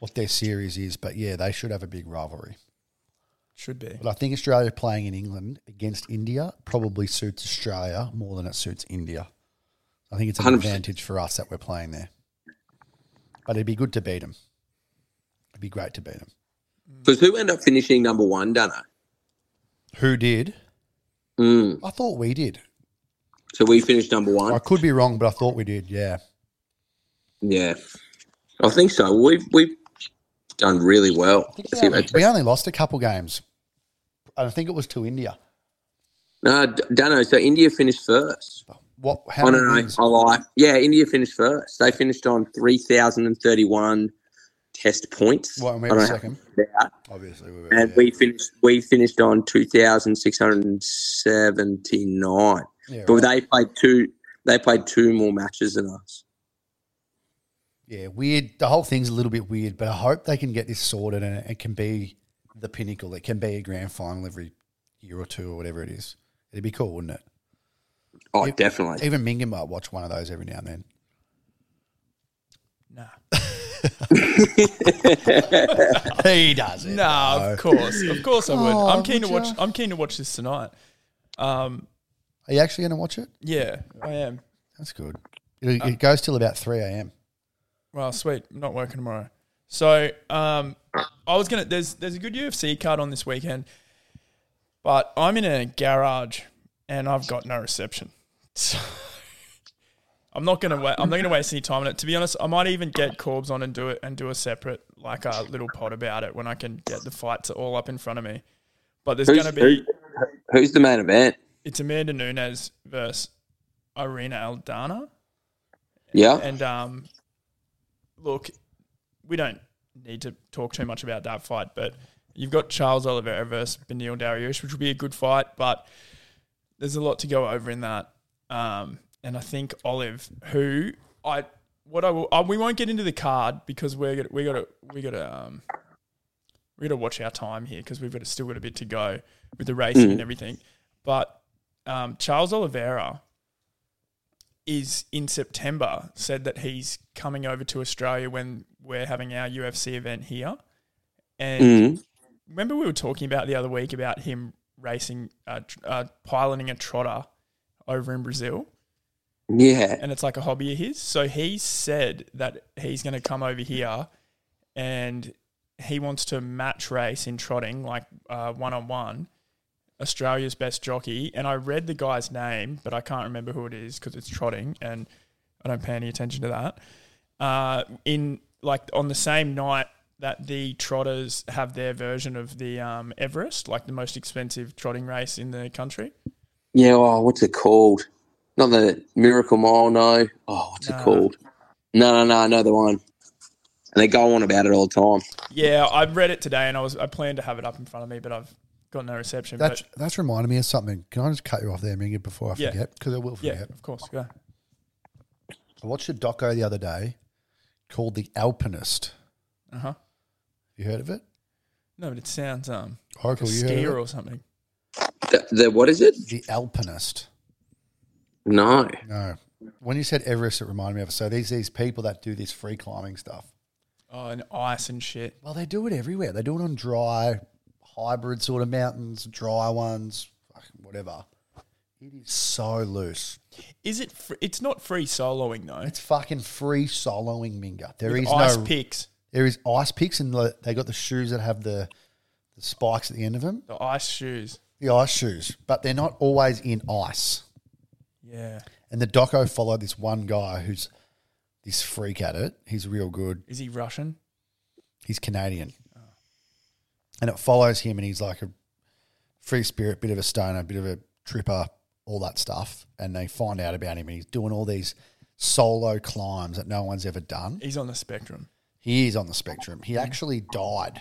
Speaker 2: what their series is, but yeah, they should have a big rivalry.
Speaker 4: Should be.
Speaker 2: But I think Australia playing in England against India probably suits Australia more than it suits India. I think it's an
Speaker 3: 100%.
Speaker 2: advantage for us that we're playing there. But it'd be good to beat them. It'd be great to beat them. Mm.
Speaker 3: Because who ended up finishing number one, Dunno?
Speaker 2: Who did?
Speaker 3: Mm.
Speaker 2: I thought we did.
Speaker 3: So we finished number one.
Speaker 2: I could be wrong, but I thought we did. Yeah.
Speaker 3: Yeah, I think so. We've we've done really well.
Speaker 2: We only, we only lost a couple games. And I think it was to India.
Speaker 3: No, D- Dunno. So India finished first.
Speaker 2: What? How
Speaker 3: I
Speaker 2: many
Speaker 3: don't know.
Speaker 2: wins?
Speaker 3: I lie. Yeah, India finished first. They finished on three thousand and thirty-one test points.
Speaker 2: Well, and we
Speaker 3: I
Speaker 2: were
Speaker 3: don't
Speaker 2: second.
Speaker 3: have that.
Speaker 2: Obviously, we were.
Speaker 3: And
Speaker 2: yeah.
Speaker 3: we finished. We finished on two thousand six hundred and seventy-nine.
Speaker 2: Yeah,
Speaker 3: But
Speaker 2: right.
Speaker 3: they played two. They played two more matches than us.
Speaker 2: Yeah, weird. The whole thing's a little bit weird, but I hope they can get this sorted and it can be the pinnacle. It can be a grand final every year or two or whatever it is. It'd be cool, wouldn't it?
Speaker 3: Oh,
Speaker 2: Yep.
Speaker 3: definitely.
Speaker 2: Even Mingan might watch one of those every now and then.
Speaker 4: Nah.
Speaker 2: He does it.
Speaker 4: No, of course, of course I would.
Speaker 2: Oh,
Speaker 4: I'm keen
Speaker 2: would
Speaker 4: to watch.
Speaker 2: ya?
Speaker 4: I'm keen to watch this tonight. Um,
Speaker 2: Are you actually going to watch it?
Speaker 4: yeah, I am.
Speaker 2: That's good. It,
Speaker 4: Uh,
Speaker 2: it goes till about 3 a.m.
Speaker 4: Well, sweet. I'm not working tomorrow. So, um, I was gonna. There's there's a good UFC card on this weekend, but I'm in a garage and I've got no reception. So I'm not gonna wait. I'm not gonna waste any time on it. To be honest, I might even get Corbs on and do it and do a separate like a little pod about it when I can get the fights all up in front of me. But there's
Speaker 3: Who's,
Speaker 4: gonna
Speaker 3: who,
Speaker 4: be
Speaker 3: who's the main event?
Speaker 4: it's Amanda Nunes versus Irina Aldana.
Speaker 3: Yeah.
Speaker 4: And um, look, we don't need to talk too much about that fight, but you've got Charles Oliveira versus Benil Dariush, which will be a good fight, but there's a lot to go over in that. Um, and I think Olive, who I what I will, uh, we won't get into the card because we're gonna, we got to we got to um, we got to watch our time here because we've got still got a bit to go with the racing and everything. But um, Charles Oliveira is in September said that he's coming over to Australia when we're having our UFC event here. And
Speaker 3: Mhm.
Speaker 4: remember we were talking about the other week about him racing, uh, tr- uh, piloting a trotter over in Brazil,
Speaker 3: Mm-hmm. Yeah.
Speaker 4: and it's like a hobby of his. So he said that he's going to come over here, and he wants to match race in trotting, like one on one. Australia's best jockey, and I read the guy's name, but I can't remember who it is because it's trotting, and I don't pay any attention to that uh, in like on the same night that the trotters have their version of the um, Everest, like the most expensive trotting race in the country.
Speaker 3: Yeah, oh, what's it called? Not the Miracle Mile, no. Oh, what's
Speaker 4: Nah.
Speaker 3: it called? No, no, no, I know the one. And they go on about it all the time.
Speaker 4: Yeah, I read it today, and I was I planned to have it up in front of me, but I've got no reception.
Speaker 2: That's,
Speaker 4: but
Speaker 2: that's reminded me of something. Can I just cut you off there, Mingan, before I
Speaker 4: Yeah.
Speaker 2: forget? Because I will
Speaker 4: yeah,
Speaker 2: forget.
Speaker 4: of course, yeah.
Speaker 2: I watched a doco the other day called The Alpinist.
Speaker 4: Uh huh.
Speaker 2: You heard of it?
Speaker 4: No, but it sounds um
Speaker 2: Oracle, Oh, you heard
Speaker 4: skier
Speaker 2: of it?
Speaker 4: or something.
Speaker 3: The, the, what is it?
Speaker 2: The Alpinist.
Speaker 3: No.
Speaker 2: No. When you said Everest, it reminded me of it. So these these people that do this free climbing stuff.
Speaker 4: Oh, and ice and shit.
Speaker 2: Well, they do it everywhere. They do it on dry, hybrid sort of mountains, dry ones, fucking whatever. It is so loose.
Speaker 4: Is it? Fr- it's not free soloing though.
Speaker 2: It's fucking free soloing, Minga. There is
Speaker 4: ice
Speaker 2: no
Speaker 4: picks.
Speaker 2: there is ice picks, and the- they got the shoes that have the the spikes at the end of them,
Speaker 4: The ice shoes.
Speaker 2: the ice shoes, but they're not always in ice.
Speaker 4: Yeah.
Speaker 2: And the doco followed this one guy who's this freak at it. He's real good.
Speaker 4: Is he Russian?
Speaker 2: He's Canadian, and it follows him, and he's like a free spirit, bit of a stoner, bit of a tripper, all that stuff. And they find out about him, and he's doing all these solo climbs that no one's ever done.
Speaker 4: He's on the spectrum.
Speaker 2: He is on the spectrum. He actually died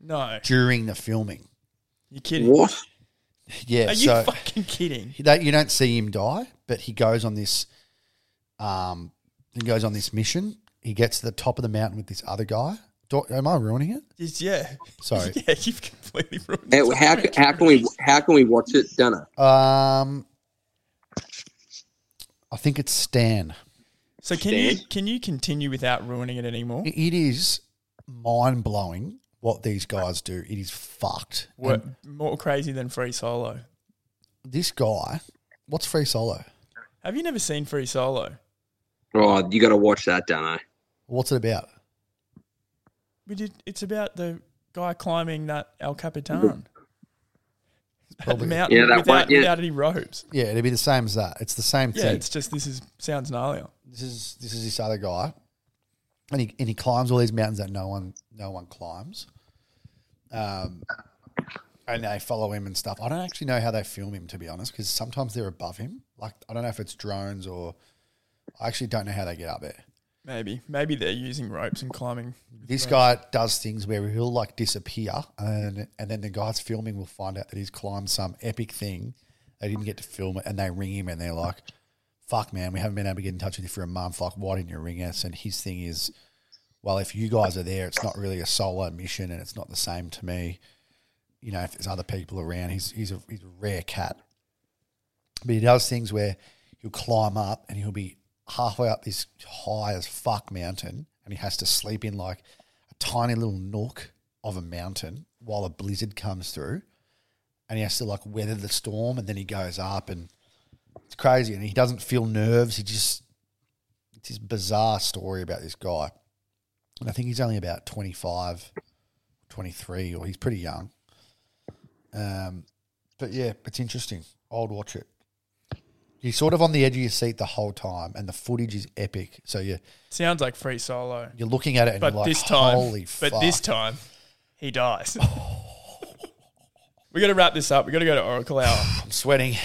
Speaker 4: No,
Speaker 2: during the filming.
Speaker 4: you're kidding.
Speaker 3: What?
Speaker 2: Yeah,
Speaker 4: Are you
Speaker 2: so
Speaker 4: fucking kidding?
Speaker 2: that you don't see him die, but he goes on this, um, he goes on this mission. He gets to the top of the mountain with this other guy. Do, am I ruining it?
Speaker 4: Just, yeah.
Speaker 2: Sorry.
Speaker 4: Yeah, you've completely ruined
Speaker 3: How,
Speaker 4: it.
Speaker 3: how, ca- how can we how can we watch it, Dunno.
Speaker 4: Uh,
Speaker 2: Um, I think it's Stan.
Speaker 4: So can you
Speaker 3: Stan?
Speaker 4: can you continue without ruining it anymore?
Speaker 2: It it is mind blowing what these guys do. It is fucked.
Speaker 4: Wor- more crazy than free solo.
Speaker 2: This guy, what's free solo?
Speaker 4: Have you never seen free solo?
Speaker 3: Oh, you got to watch that, Dunno.
Speaker 2: What's it about?
Speaker 4: We did. It's about the guy climbing that El Capitan.
Speaker 2: probably-
Speaker 4: mountain
Speaker 3: Yeah, that
Speaker 4: without,
Speaker 3: one, yeah.
Speaker 4: without any ropes.
Speaker 2: Yeah, it'd be the same as that. It's the same
Speaker 4: Yeah,
Speaker 2: thing.
Speaker 4: it's just this is sounds gnarly.
Speaker 2: this is this is this other guy, and he and he climbs all these mountains that no one no one climbs. Um, and they follow him and stuff. I don't actually know how they film him to be honest, because sometimes they're above him. Like I don't know if it's drones or I actually don't know how they get up there.
Speaker 4: Maybe maybe they're using ropes and climbing.
Speaker 2: This guy does things where he'll like disappear, and and then the guys filming will find out that he's climbed some epic thing. They didn't get to film it, and they ring him, and they're like, "Fuck, man, we haven't been able to get in touch with you for a month. Like, why didn't you ring us?" And his thing is, "Well, if you guys are there, it's not really a solo mission, and it's not the same to me. You know, if there's other people around, he's he's a, he's a rare cat, but he does things where he'll climb up and he'll be halfway up this high as fuck mountain and he has to sleep in like a tiny little nook of a mountain while a blizzard comes through and he has to like weather the storm and then he goes up and it's crazy and he doesn't feel nerves he just it's this bizarre story about this guy and i think he's only about 25 23 or he's pretty young um but yeah it's interesting i would watch it you're sort of on the edge of your seat the whole time, and the footage is epic. So you're
Speaker 4: Sounds like free solo.
Speaker 2: you're looking at it, and
Speaker 4: But
Speaker 2: you're like,
Speaker 4: this time,
Speaker 2: "Holy fuck!"
Speaker 4: but this time, he dies. we got to wrap this up. We got to go to Oracle Hour.
Speaker 2: I'm sweating.